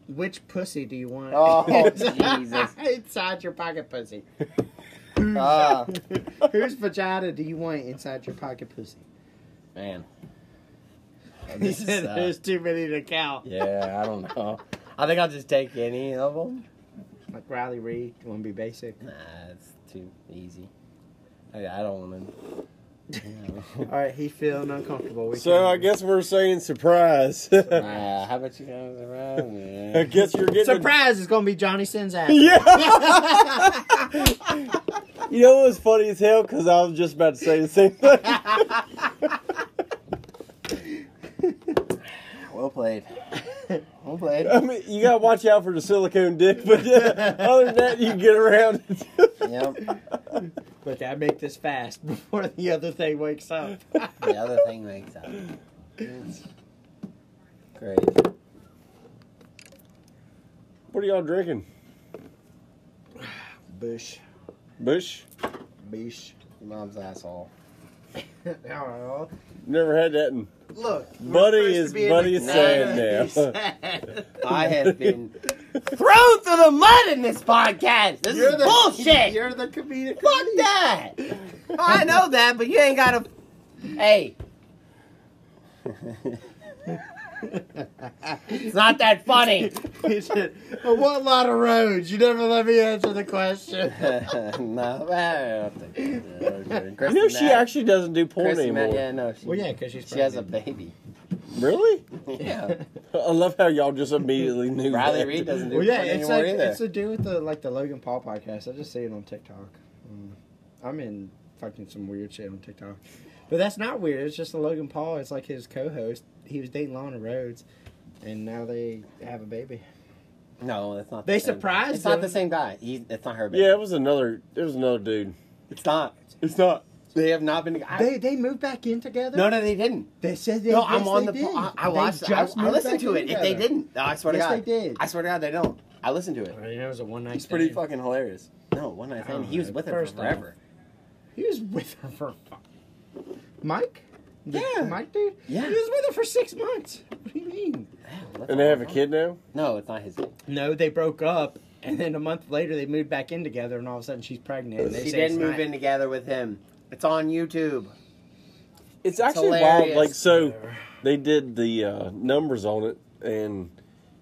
Speaker 2: Which pussy do you want? <laughs>
Speaker 3: Oh, Jesus.
Speaker 2: Inside your pocket pussy.
Speaker 3: <laughs> Ah,
Speaker 2: Whose vagina do you want inside your pocket pussy?
Speaker 3: <laughs> man.
Speaker 2: He
Speaker 3: <laughs> This
Speaker 2: said
Speaker 3: is, uh,
Speaker 2: there's too many to count.
Speaker 3: yeah, I don't know. I think I'll just take any of them.
Speaker 2: Like Riley Reed, you want to be basic?
Speaker 3: Nah, it's too easy. I, I don't want to.
Speaker 2: All right, he's feeling uncomfortable. We
Speaker 1: So
Speaker 2: can-
Speaker 1: I guess we're saying surprise. <laughs>
Speaker 3: Nah, how about you guys around?
Speaker 1: I
Speaker 3: man?
Speaker 1: guess you're getting a-
Speaker 2: surprise is gonna be Johnny Sins ass.
Speaker 1: Yeah. <laughs> you know what's funny as hell? Because I was just about to say the same thing.
Speaker 3: <laughs>
Speaker 1: <laughs>
Speaker 3: Well played. Well played.
Speaker 1: I mean, you gotta watch out for the silicone dick, but uh, other than that, you get around. it. <laughs>
Speaker 3: Yep.
Speaker 2: Look, I make this fast <laughs> before the other thing wakes up.
Speaker 3: The other thing makes up.
Speaker 2: <laughs>
Speaker 3: Great.
Speaker 1: what are y'all drinking?
Speaker 2: Bush,
Speaker 1: Bush?
Speaker 2: <laughs> bish.
Speaker 3: Your mom's asshole.
Speaker 2: Oh,
Speaker 1: Never had that. In.
Speaker 2: Look, we're
Speaker 1: Buddy
Speaker 2: supposed to
Speaker 1: is-
Speaker 2: be in
Speaker 1: Buddy
Speaker 2: the
Speaker 1: is
Speaker 2: ground.
Speaker 1: sad
Speaker 3: I have <laughs> been thrown through the mud in this podcast. This
Speaker 2: You're
Speaker 3: is
Speaker 2: the
Speaker 3: bullshit.
Speaker 2: You're the comedic.
Speaker 3: Fuck that. I know that, but you ain't got to. Hey. it's not that funny.
Speaker 2: He said, "On what lot of roads? You never let me answer the question."
Speaker 3: <laughs> no, I don't think.
Speaker 1: <laughs> You know, she actually doesn't do porn anymore.
Speaker 3: yeah, no, she,
Speaker 2: Well, yeah, because she's
Speaker 3: she has a
Speaker 2: pregnant.
Speaker 3: baby.
Speaker 1: Really?
Speaker 3: <laughs> Yeah.
Speaker 1: I love how y'all just immediately knew.
Speaker 3: Riley
Speaker 1: that.
Speaker 3: Reed doesn't do
Speaker 2: Well, yeah,
Speaker 3: porn
Speaker 2: it's
Speaker 3: anymore
Speaker 2: like
Speaker 3: either.
Speaker 2: it's to do with the like the Logan Paul podcast. I just see it on TikTok. Mm. I'm in fucking some weird shit on TikTok, but that's not weird. It's just the Logan Paul. It's like his co-host. He was dating Lana Rhodes, and now they have a baby.
Speaker 3: no, that's not.
Speaker 2: They
Speaker 3: the same.
Speaker 2: surprised
Speaker 3: It's not
Speaker 2: him.
Speaker 3: the same guy. He, it's not her baby.
Speaker 1: Yeah, it was another. It was another dude.
Speaker 3: It's not.
Speaker 1: It's not.
Speaker 3: They have not been. I,
Speaker 2: They they moved back in together.
Speaker 3: no, no, they didn't.
Speaker 2: They said they.
Speaker 3: No,
Speaker 2: yes,
Speaker 3: I'm on
Speaker 2: they
Speaker 3: the. po-
Speaker 2: did.
Speaker 3: I, I
Speaker 2: They
Speaker 3: watched. it. I,
Speaker 2: just
Speaker 3: I
Speaker 2: moved
Speaker 3: listened
Speaker 2: back
Speaker 3: to
Speaker 2: in
Speaker 3: it. If they
Speaker 2: together.
Speaker 3: didn't, no, I swear
Speaker 2: Yes,
Speaker 3: to God,
Speaker 2: they did.
Speaker 3: I swear to God, they don't. I listened to it.
Speaker 2: I mean, it was a one night.
Speaker 3: It's pretty fucking hilarious. No, one night thing.
Speaker 2: don't
Speaker 3: He was
Speaker 2: know.
Speaker 3: with her
Speaker 2: Oh, First
Speaker 3: for forever.
Speaker 2: He was with her for. fu- Mike. The-
Speaker 3: Yeah.
Speaker 2: Mike, dude.
Speaker 3: Yeah.
Speaker 2: He was with her for six months. What do you mean?
Speaker 3: Yeah,
Speaker 1: And they have a kid now?
Speaker 3: No, it's not his.
Speaker 2: No, they broke up, and then a month later they moved back in together, and all of a sudden she's pregnant. and they
Speaker 3: She
Speaker 2: say it's
Speaker 3: didn't move
Speaker 2: not-
Speaker 3: in together with him. It's on YouTube.
Speaker 1: It's actually wild.
Speaker 3: hilarious.
Speaker 1: Like, so they did the uh, numbers on it, and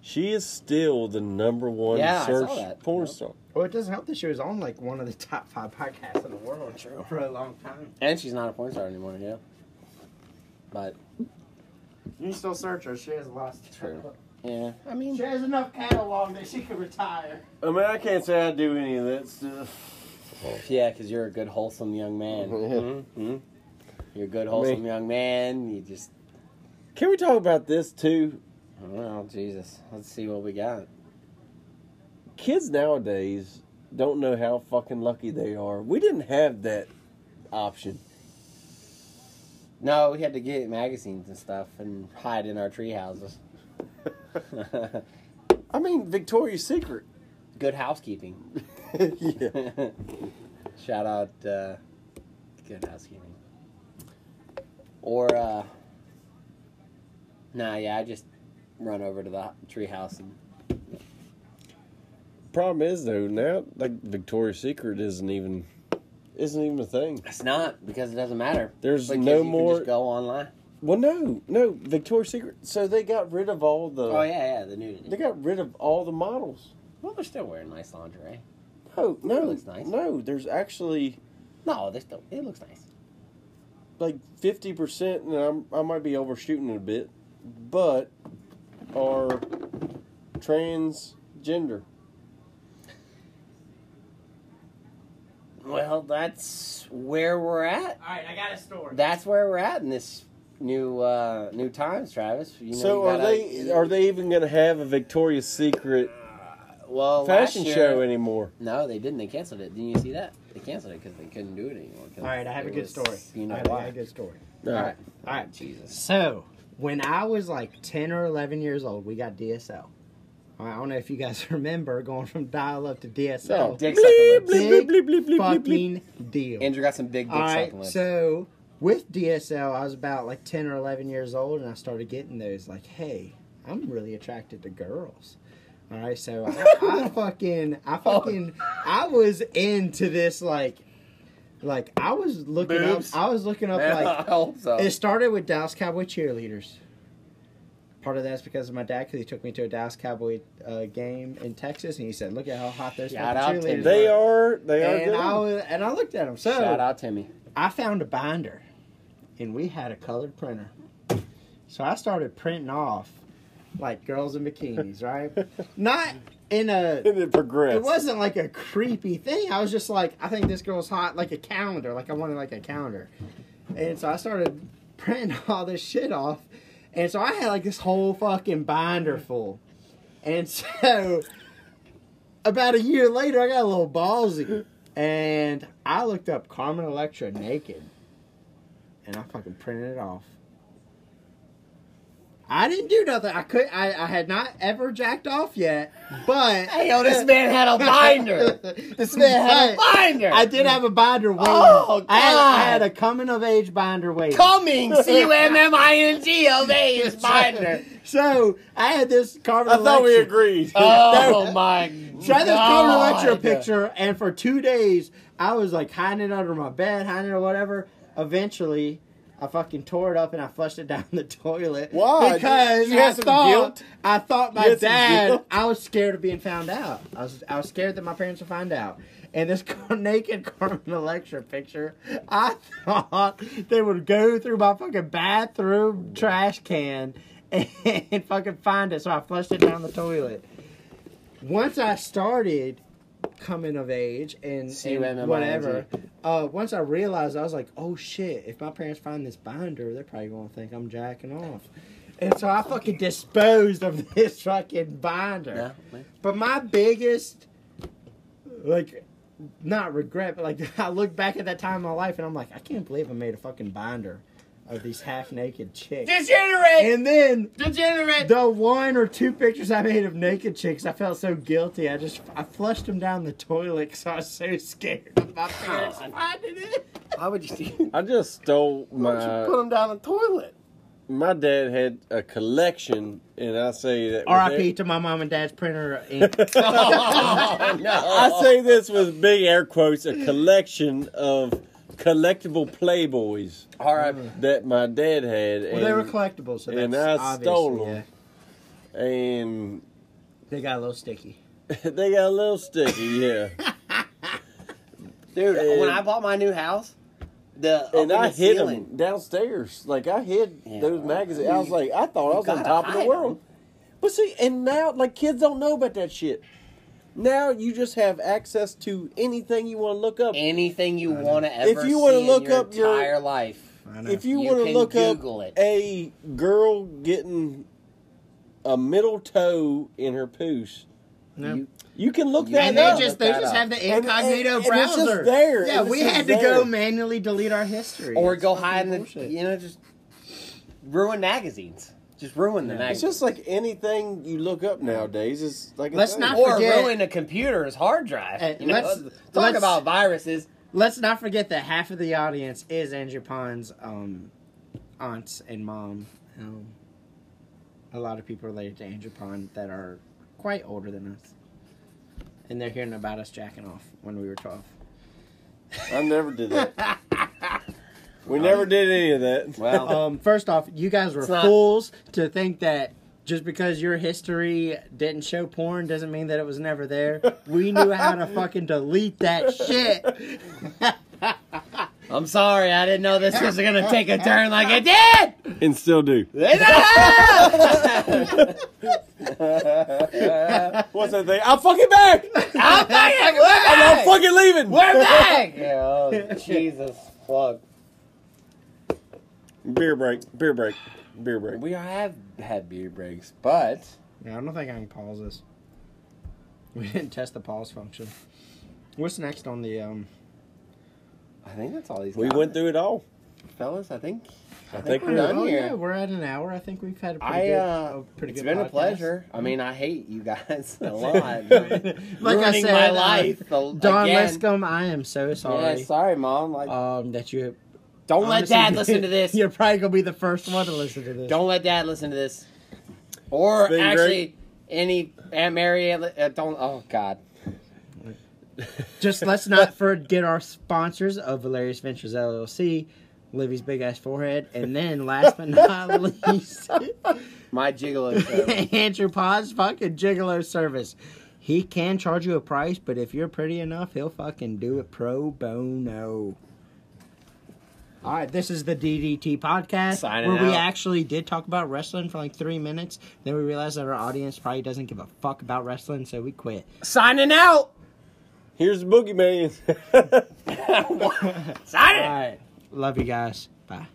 Speaker 1: she is still the number one
Speaker 3: Yeah, I saw
Speaker 1: search
Speaker 3: that.
Speaker 1: porn
Speaker 3: Yep.
Speaker 1: star.
Speaker 2: Well, it doesn't help that she was on like one of the top five podcasts in the world for a long time.
Speaker 3: And she's not a porn star anymore, yeah. But
Speaker 2: You still search her. She has lost.
Speaker 3: True. yeah, I mean,
Speaker 2: She has enough catalog that she could retire.
Speaker 1: I mean, I can't say I do any of that <laughs> stuff.
Speaker 3: yeah, because you're a good wholesome young
Speaker 1: <laughs>
Speaker 3: man.
Speaker 1: Mm-hmm.
Speaker 3: Mhm. You're a good wholesome young man. You just,
Speaker 1: Can we talk about this too?
Speaker 3: well, Jesus. Let's see what we got.
Speaker 1: Kids nowadays don't know how fucking lucky they are. We didn't have that option.
Speaker 3: No, we had to get magazines and stuff and hide in our tree
Speaker 1: <laughs>
Speaker 3: houses.
Speaker 1: I mean, Victoria's Secret. <laughs>
Speaker 3: good housekeeping. <laughs>
Speaker 1: yeah.
Speaker 3: Shout out, uh, good housekeeping. Or, uh, nah, yeah, I just run over to the tree house and
Speaker 1: Problem is though now, like Victoria's Secret isn't even isn't even a thing.
Speaker 3: It's not because it doesn't matter.
Speaker 1: There's
Speaker 3: Because
Speaker 1: no
Speaker 3: you
Speaker 1: more-
Speaker 3: Can just go online.
Speaker 1: Well, no, no Victoria's Secret. So they got rid of all the.
Speaker 3: Oh yeah, yeah, the
Speaker 1: They
Speaker 3: nudity.
Speaker 1: got rid of all the models.
Speaker 3: Well, they're still wearing nice lingerie.
Speaker 1: No, no,
Speaker 3: looks nice.
Speaker 1: no. There's actually
Speaker 3: No, they still. It looks nice.
Speaker 1: like fifty percent, and I'm, I might be overshooting it a bit, but are transgender.
Speaker 3: Well, that's where we're at.
Speaker 2: All right, I got a story.
Speaker 3: That's where we're at in this new uh new times, Travis. You know,
Speaker 1: so
Speaker 3: you
Speaker 1: are
Speaker 3: gotta-
Speaker 1: they are they even going to have a Victoria's Secret
Speaker 3: Well,
Speaker 1: fashion
Speaker 3: last year-
Speaker 1: show anymore?
Speaker 3: No, they didn't. They canceled it. Didn't you see that? They canceled it because they couldn't do it anymore. 'cause
Speaker 2: All right, I have
Speaker 3: it
Speaker 2: a good
Speaker 3: was-
Speaker 2: story.
Speaker 3: You know
Speaker 2: I have
Speaker 3: why?
Speaker 2: a good story.
Speaker 1: All
Speaker 3: All
Speaker 1: right.
Speaker 3: right.
Speaker 2: All right.
Speaker 3: Jesus.
Speaker 2: So, when I was like 10 or 11 years old, we got DSL. I don't know if you guys <laughs> remember going from dial up to DSL.
Speaker 3: Dick sucking lips.
Speaker 2: Big
Speaker 1: bleep, bleep, bleep, bleep,
Speaker 2: fucking deal.
Speaker 3: Andrew got some big dick
Speaker 2: All right,
Speaker 3: sucking lips.
Speaker 2: so with DSL, I was about like 10 or 11 years old, and I started getting those like, hey, I'm really attracted to girls. All right, so I,
Speaker 3: <laughs>
Speaker 2: I fucking, I
Speaker 3: Oh.
Speaker 2: fucking, I was into this like, like I was looking
Speaker 3: Boobs.
Speaker 2: up, I was looking up
Speaker 3: Man, I
Speaker 2: like,
Speaker 3: hope so.
Speaker 2: it started with Dallas Cowboy cheerleaders. Part of that's because of my dad, because he took me to a Dallas Cowboy uh, game in Texas, and he said, "Look at how hot those
Speaker 3: Shout
Speaker 2: fucking
Speaker 3: out to
Speaker 2: cheerleaders
Speaker 3: them.
Speaker 1: They are. They are.
Speaker 2: And
Speaker 1: good.
Speaker 2: I was, and I looked at him. So
Speaker 3: Shout out Timmy.
Speaker 2: I found a binder, and we had a colored printer. So I started printing off like girls in bikinis,
Speaker 3: <laughs>
Speaker 2: right? Not in a.
Speaker 1: and it progressed.
Speaker 2: It wasn't like a creepy thing. I was just like, I think this girl's hot, like a calendar. Like I wanted like a calendar, and so I started <laughs> printing all this shit off, and so I had like this whole fucking binder full, and <laughs> so about a year later, I got a little ballsy, and I looked up Carmen Electra naked, and I fucking printed it off. I didn't do nothing. I could. I, I had not ever jacked off yet, but
Speaker 3: Hey, yo, this man had
Speaker 2: <laughs>
Speaker 3: a binder.
Speaker 2: this man had a
Speaker 3: binder.
Speaker 2: I did have a binder waiting.
Speaker 3: Oh,
Speaker 2: I, had, I
Speaker 3: God.
Speaker 2: had a coming of age binder waiting. <laughs>
Speaker 3: Cumming, C U M M I N G O V is binder.
Speaker 2: So I had this Carmen
Speaker 1: I thought we
Speaker 2: Electra-
Speaker 1: agreed.
Speaker 3: Oh my
Speaker 2: So I had this Carmen
Speaker 3: God.
Speaker 2: Electra picture, and for two days I was like hiding it under my bed, hiding it or whatever. Eventually, I fucking tore it up and I flushed it <laughs> down the toilet.
Speaker 1: Why?
Speaker 2: Because
Speaker 1: You- you had
Speaker 2: I
Speaker 1: some
Speaker 2: thought
Speaker 1: guilt?
Speaker 2: I thought my
Speaker 1: You had some
Speaker 2: dad.
Speaker 1: guilt?
Speaker 2: I was scared of being found out. I was I was scared that my parents would find out. And this <laughs> car- naked Carmen Electra picture, I <laughs> thought they would go through my fucking bathroom trash can <laughs> and fucking find it. So I flushed it down the toilet once I started coming of age and, and
Speaker 3: C-U-M-M-I-N-G.
Speaker 2: whatever, uh, once I realized, I was like, oh shit, if my parents find this binder, they're probably going to think I'm jacking off. And so I fucking disposed of <laughs> this fucking binder.
Speaker 3: Yeah,
Speaker 2: But my biggest, like, not regret, but like <laughs> I look back at that time in my life and I'm like, I can't believe I made a fucking binder of these half naked chicks.
Speaker 3: Degenerate!
Speaker 2: and then
Speaker 3: Degenerate!
Speaker 2: the one or two pictures I made of naked chicks, I felt so guilty. I just I flushed them down the toilet because I was so scared of my parents finding it.
Speaker 3: Why would you
Speaker 1: <laughs>
Speaker 3: do
Speaker 1: I just stole
Speaker 3: Why would you put
Speaker 1: my.
Speaker 3: him down the toilet?
Speaker 1: My dad had a collection, and I say that. with
Speaker 2: R.I.P.
Speaker 1: air-
Speaker 2: to my mom and dad's printer.
Speaker 1: <laughs>
Speaker 2: Ink.
Speaker 3: Oh,
Speaker 1: <laughs> I
Speaker 3: no.
Speaker 1: say this with big air quotes: a collection of collectible Playboys
Speaker 3: All right.
Speaker 1: that my dad had, and,
Speaker 2: well, they were collectibles, so
Speaker 1: and
Speaker 2: that's
Speaker 1: I
Speaker 2: obviously,
Speaker 1: stole 'em.
Speaker 2: yeah.
Speaker 1: and <laughs>
Speaker 2: They got a little sticky.
Speaker 1: they got a little sticky.
Speaker 2: <laughs>
Speaker 1: Yeah,
Speaker 3: Dude,
Speaker 1: And-
Speaker 3: when I bought my new house, the
Speaker 1: and
Speaker 3: up in
Speaker 1: I
Speaker 3: the
Speaker 1: hid
Speaker 3: ceiling,
Speaker 1: them downstairs. Like I hid
Speaker 3: Yeah.
Speaker 1: those magazines. I was like, I thought I was on
Speaker 3: gotta
Speaker 1: top of the
Speaker 3: hide
Speaker 1: world. But see, and now like kids don't know about that shit. Now you just have access to anything you want to look up.
Speaker 3: anything you want to ever
Speaker 1: If you
Speaker 3: want
Speaker 1: wanna
Speaker 3: to
Speaker 1: look up your-
Speaker 3: entire life.
Speaker 2: I know.
Speaker 1: if you,
Speaker 3: You
Speaker 1: want to
Speaker 3: can
Speaker 1: look
Speaker 3: Google
Speaker 1: up
Speaker 3: it.
Speaker 1: a girl getting a middle toe in her poos,
Speaker 2: No.
Speaker 3: You-
Speaker 1: you can look that
Speaker 2: and they
Speaker 1: up.
Speaker 2: just they
Speaker 3: Look that
Speaker 2: just
Speaker 3: up.
Speaker 2: have the
Speaker 1: And-
Speaker 2: incognito
Speaker 1: and- and it's
Speaker 2: browser.
Speaker 1: just there.
Speaker 2: Yeah,
Speaker 1: It's
Speaker 2: we
Speaker 1: just
Speaker 2: had to
Speaker 1: there.
Speaker 2: go manually delete our history
Speaker 3: or
Speaker 2: It's
Speaker 3: go
Speaker 2: fucking
Speaker 3: hide in the
Speaker 2: bullshit.
Speaker 3: you know just ruin magazines just ruin the
Speaker 2: Yeah.
Speaker 1: it's
Speaker 3: magazine
Speaker 1: just like anything you look up nowadays. It's like a
Speaker 2: Let's
Speaker 1: thing.
Speaker 2: not- I
Speaker 3: or
Speaker 2: forget-
Speaker 3: ruin a computer's hard drive
Speaker 2: Hey,
Speaker 3: you know?
Speaker 2: let's-
Speaker 3: talk
Speaker 2: let's-
Speaker 3: about viruses
Speaker 2: Let's not forget that half of the audience is Andrew Pond's um, aunts and mom. Um, a lot of people related to Andrew Pond that are quite older than us, and they're hearing about us jacking off when we were twelve.
Speaker 1: I never did that. we never did any of that.
Speaker 3: well
Speaker 2: Um, first off, you guys were
Speaker 3: It's not-
Speaker 2: fools to think that just because your history didn't show porn doesn't mean that it was never <laughs> there. We knew how to fucking delete that shit.
Speaker 3: i'm sorry i didn't know this was gonna take a turn like it
Speaker 1: <laughs>
Speaker 3: did
Speaker 1: <laughs> and still do. <laughs> What's that thing? I'm fucking back, and
Speaker 3: i'm back we're
Speaker 1: I'm <laughs>
Speaker 3: back
Speaker 1: fucking leaving.
Speaker 3: we're back yeah, oh, jesus fuck
Speaker 1: Beer break. Beer break. Beer break.
Speaker 3: we have had beer breaks but
Speaker 2: Yeah, I don't think I can pause this. We didn't test the pause function. What's next on the um?
Speaker 3: i think that's all these
Speaker 1: We went through it all.
Speaker 3: fellas i think
Speaker 1: I think
Speaker 3: we're
Speaker 1: we're
Speaker 3: done
Speaker 1: done.
Speaker 2: oh
Speaker 3: here.
Speaker 2: yeah, we're at an hour. I think we've had a pretty
Speaker 3: I
Speaker 2: good.
Speaker 3: uh,
Speaker 2: a pretty
Speaker 3: it's
Speaker 2: good
Speaker 3: been a
Speaker 2: podcast. <laughs>
Speaker 3: pleasure. I mean, I hate you guys <laughs> a lot. like
Speaker 2: Like I
Speaker 3: ruining
Speaker 2: said,
Speaker 3: my
Speaker 2: uh,
Speaker 3: life. uh,
Speaker 2: Don
Speaker 3: again.
Speaker 2: Lescombe, I am so <laughs> sorry.
Speaker 3: Yeah, sorry, mom. Like,
Speaker 2: Um, that you
Speaker 3: don't
Speaker 2: honestly-
Speaker 3: let
Speaker 2: <laughs>
Speaker 3: dad listen to this.
Speaker 2: You're probably gonna be the first one to listen to this.
Speaker 3: Don't let dad listen to this. Or
Speaker 1: It's been
Speaker 3: actually,
Speaker 1: great.
Speaker 3: any Aunt Mary. Uh, don't. Oh God.
Speaker 2: Just let's not forget our sponsors of Valerius Ventures LLC, Livy's big ass forehead, and then last but not <laughs> least,
Speaker 3: My gigolo. <laughs> show.
Speaker 2: <laughs> Andrew Pod's fucking gigolo service. He can charge you a price, but if you're pretty enough, he'll fucking do it pro bono. All right, this is the DDT podcast
Speaker 3: Signing
Speaker 2: where we
Speaker 3: out.
Speaker 2: actually did talk about wrestling for like three minutes. Then we realized that our audience probably doesn't give a fuck about wrestling, so we quit.
Speaker 3: Signing out.
Speaker 1: Here's the boogeyman. <laughs>
Speaker 3: Signing.
Speaker 2: All right, love you guys. Bye.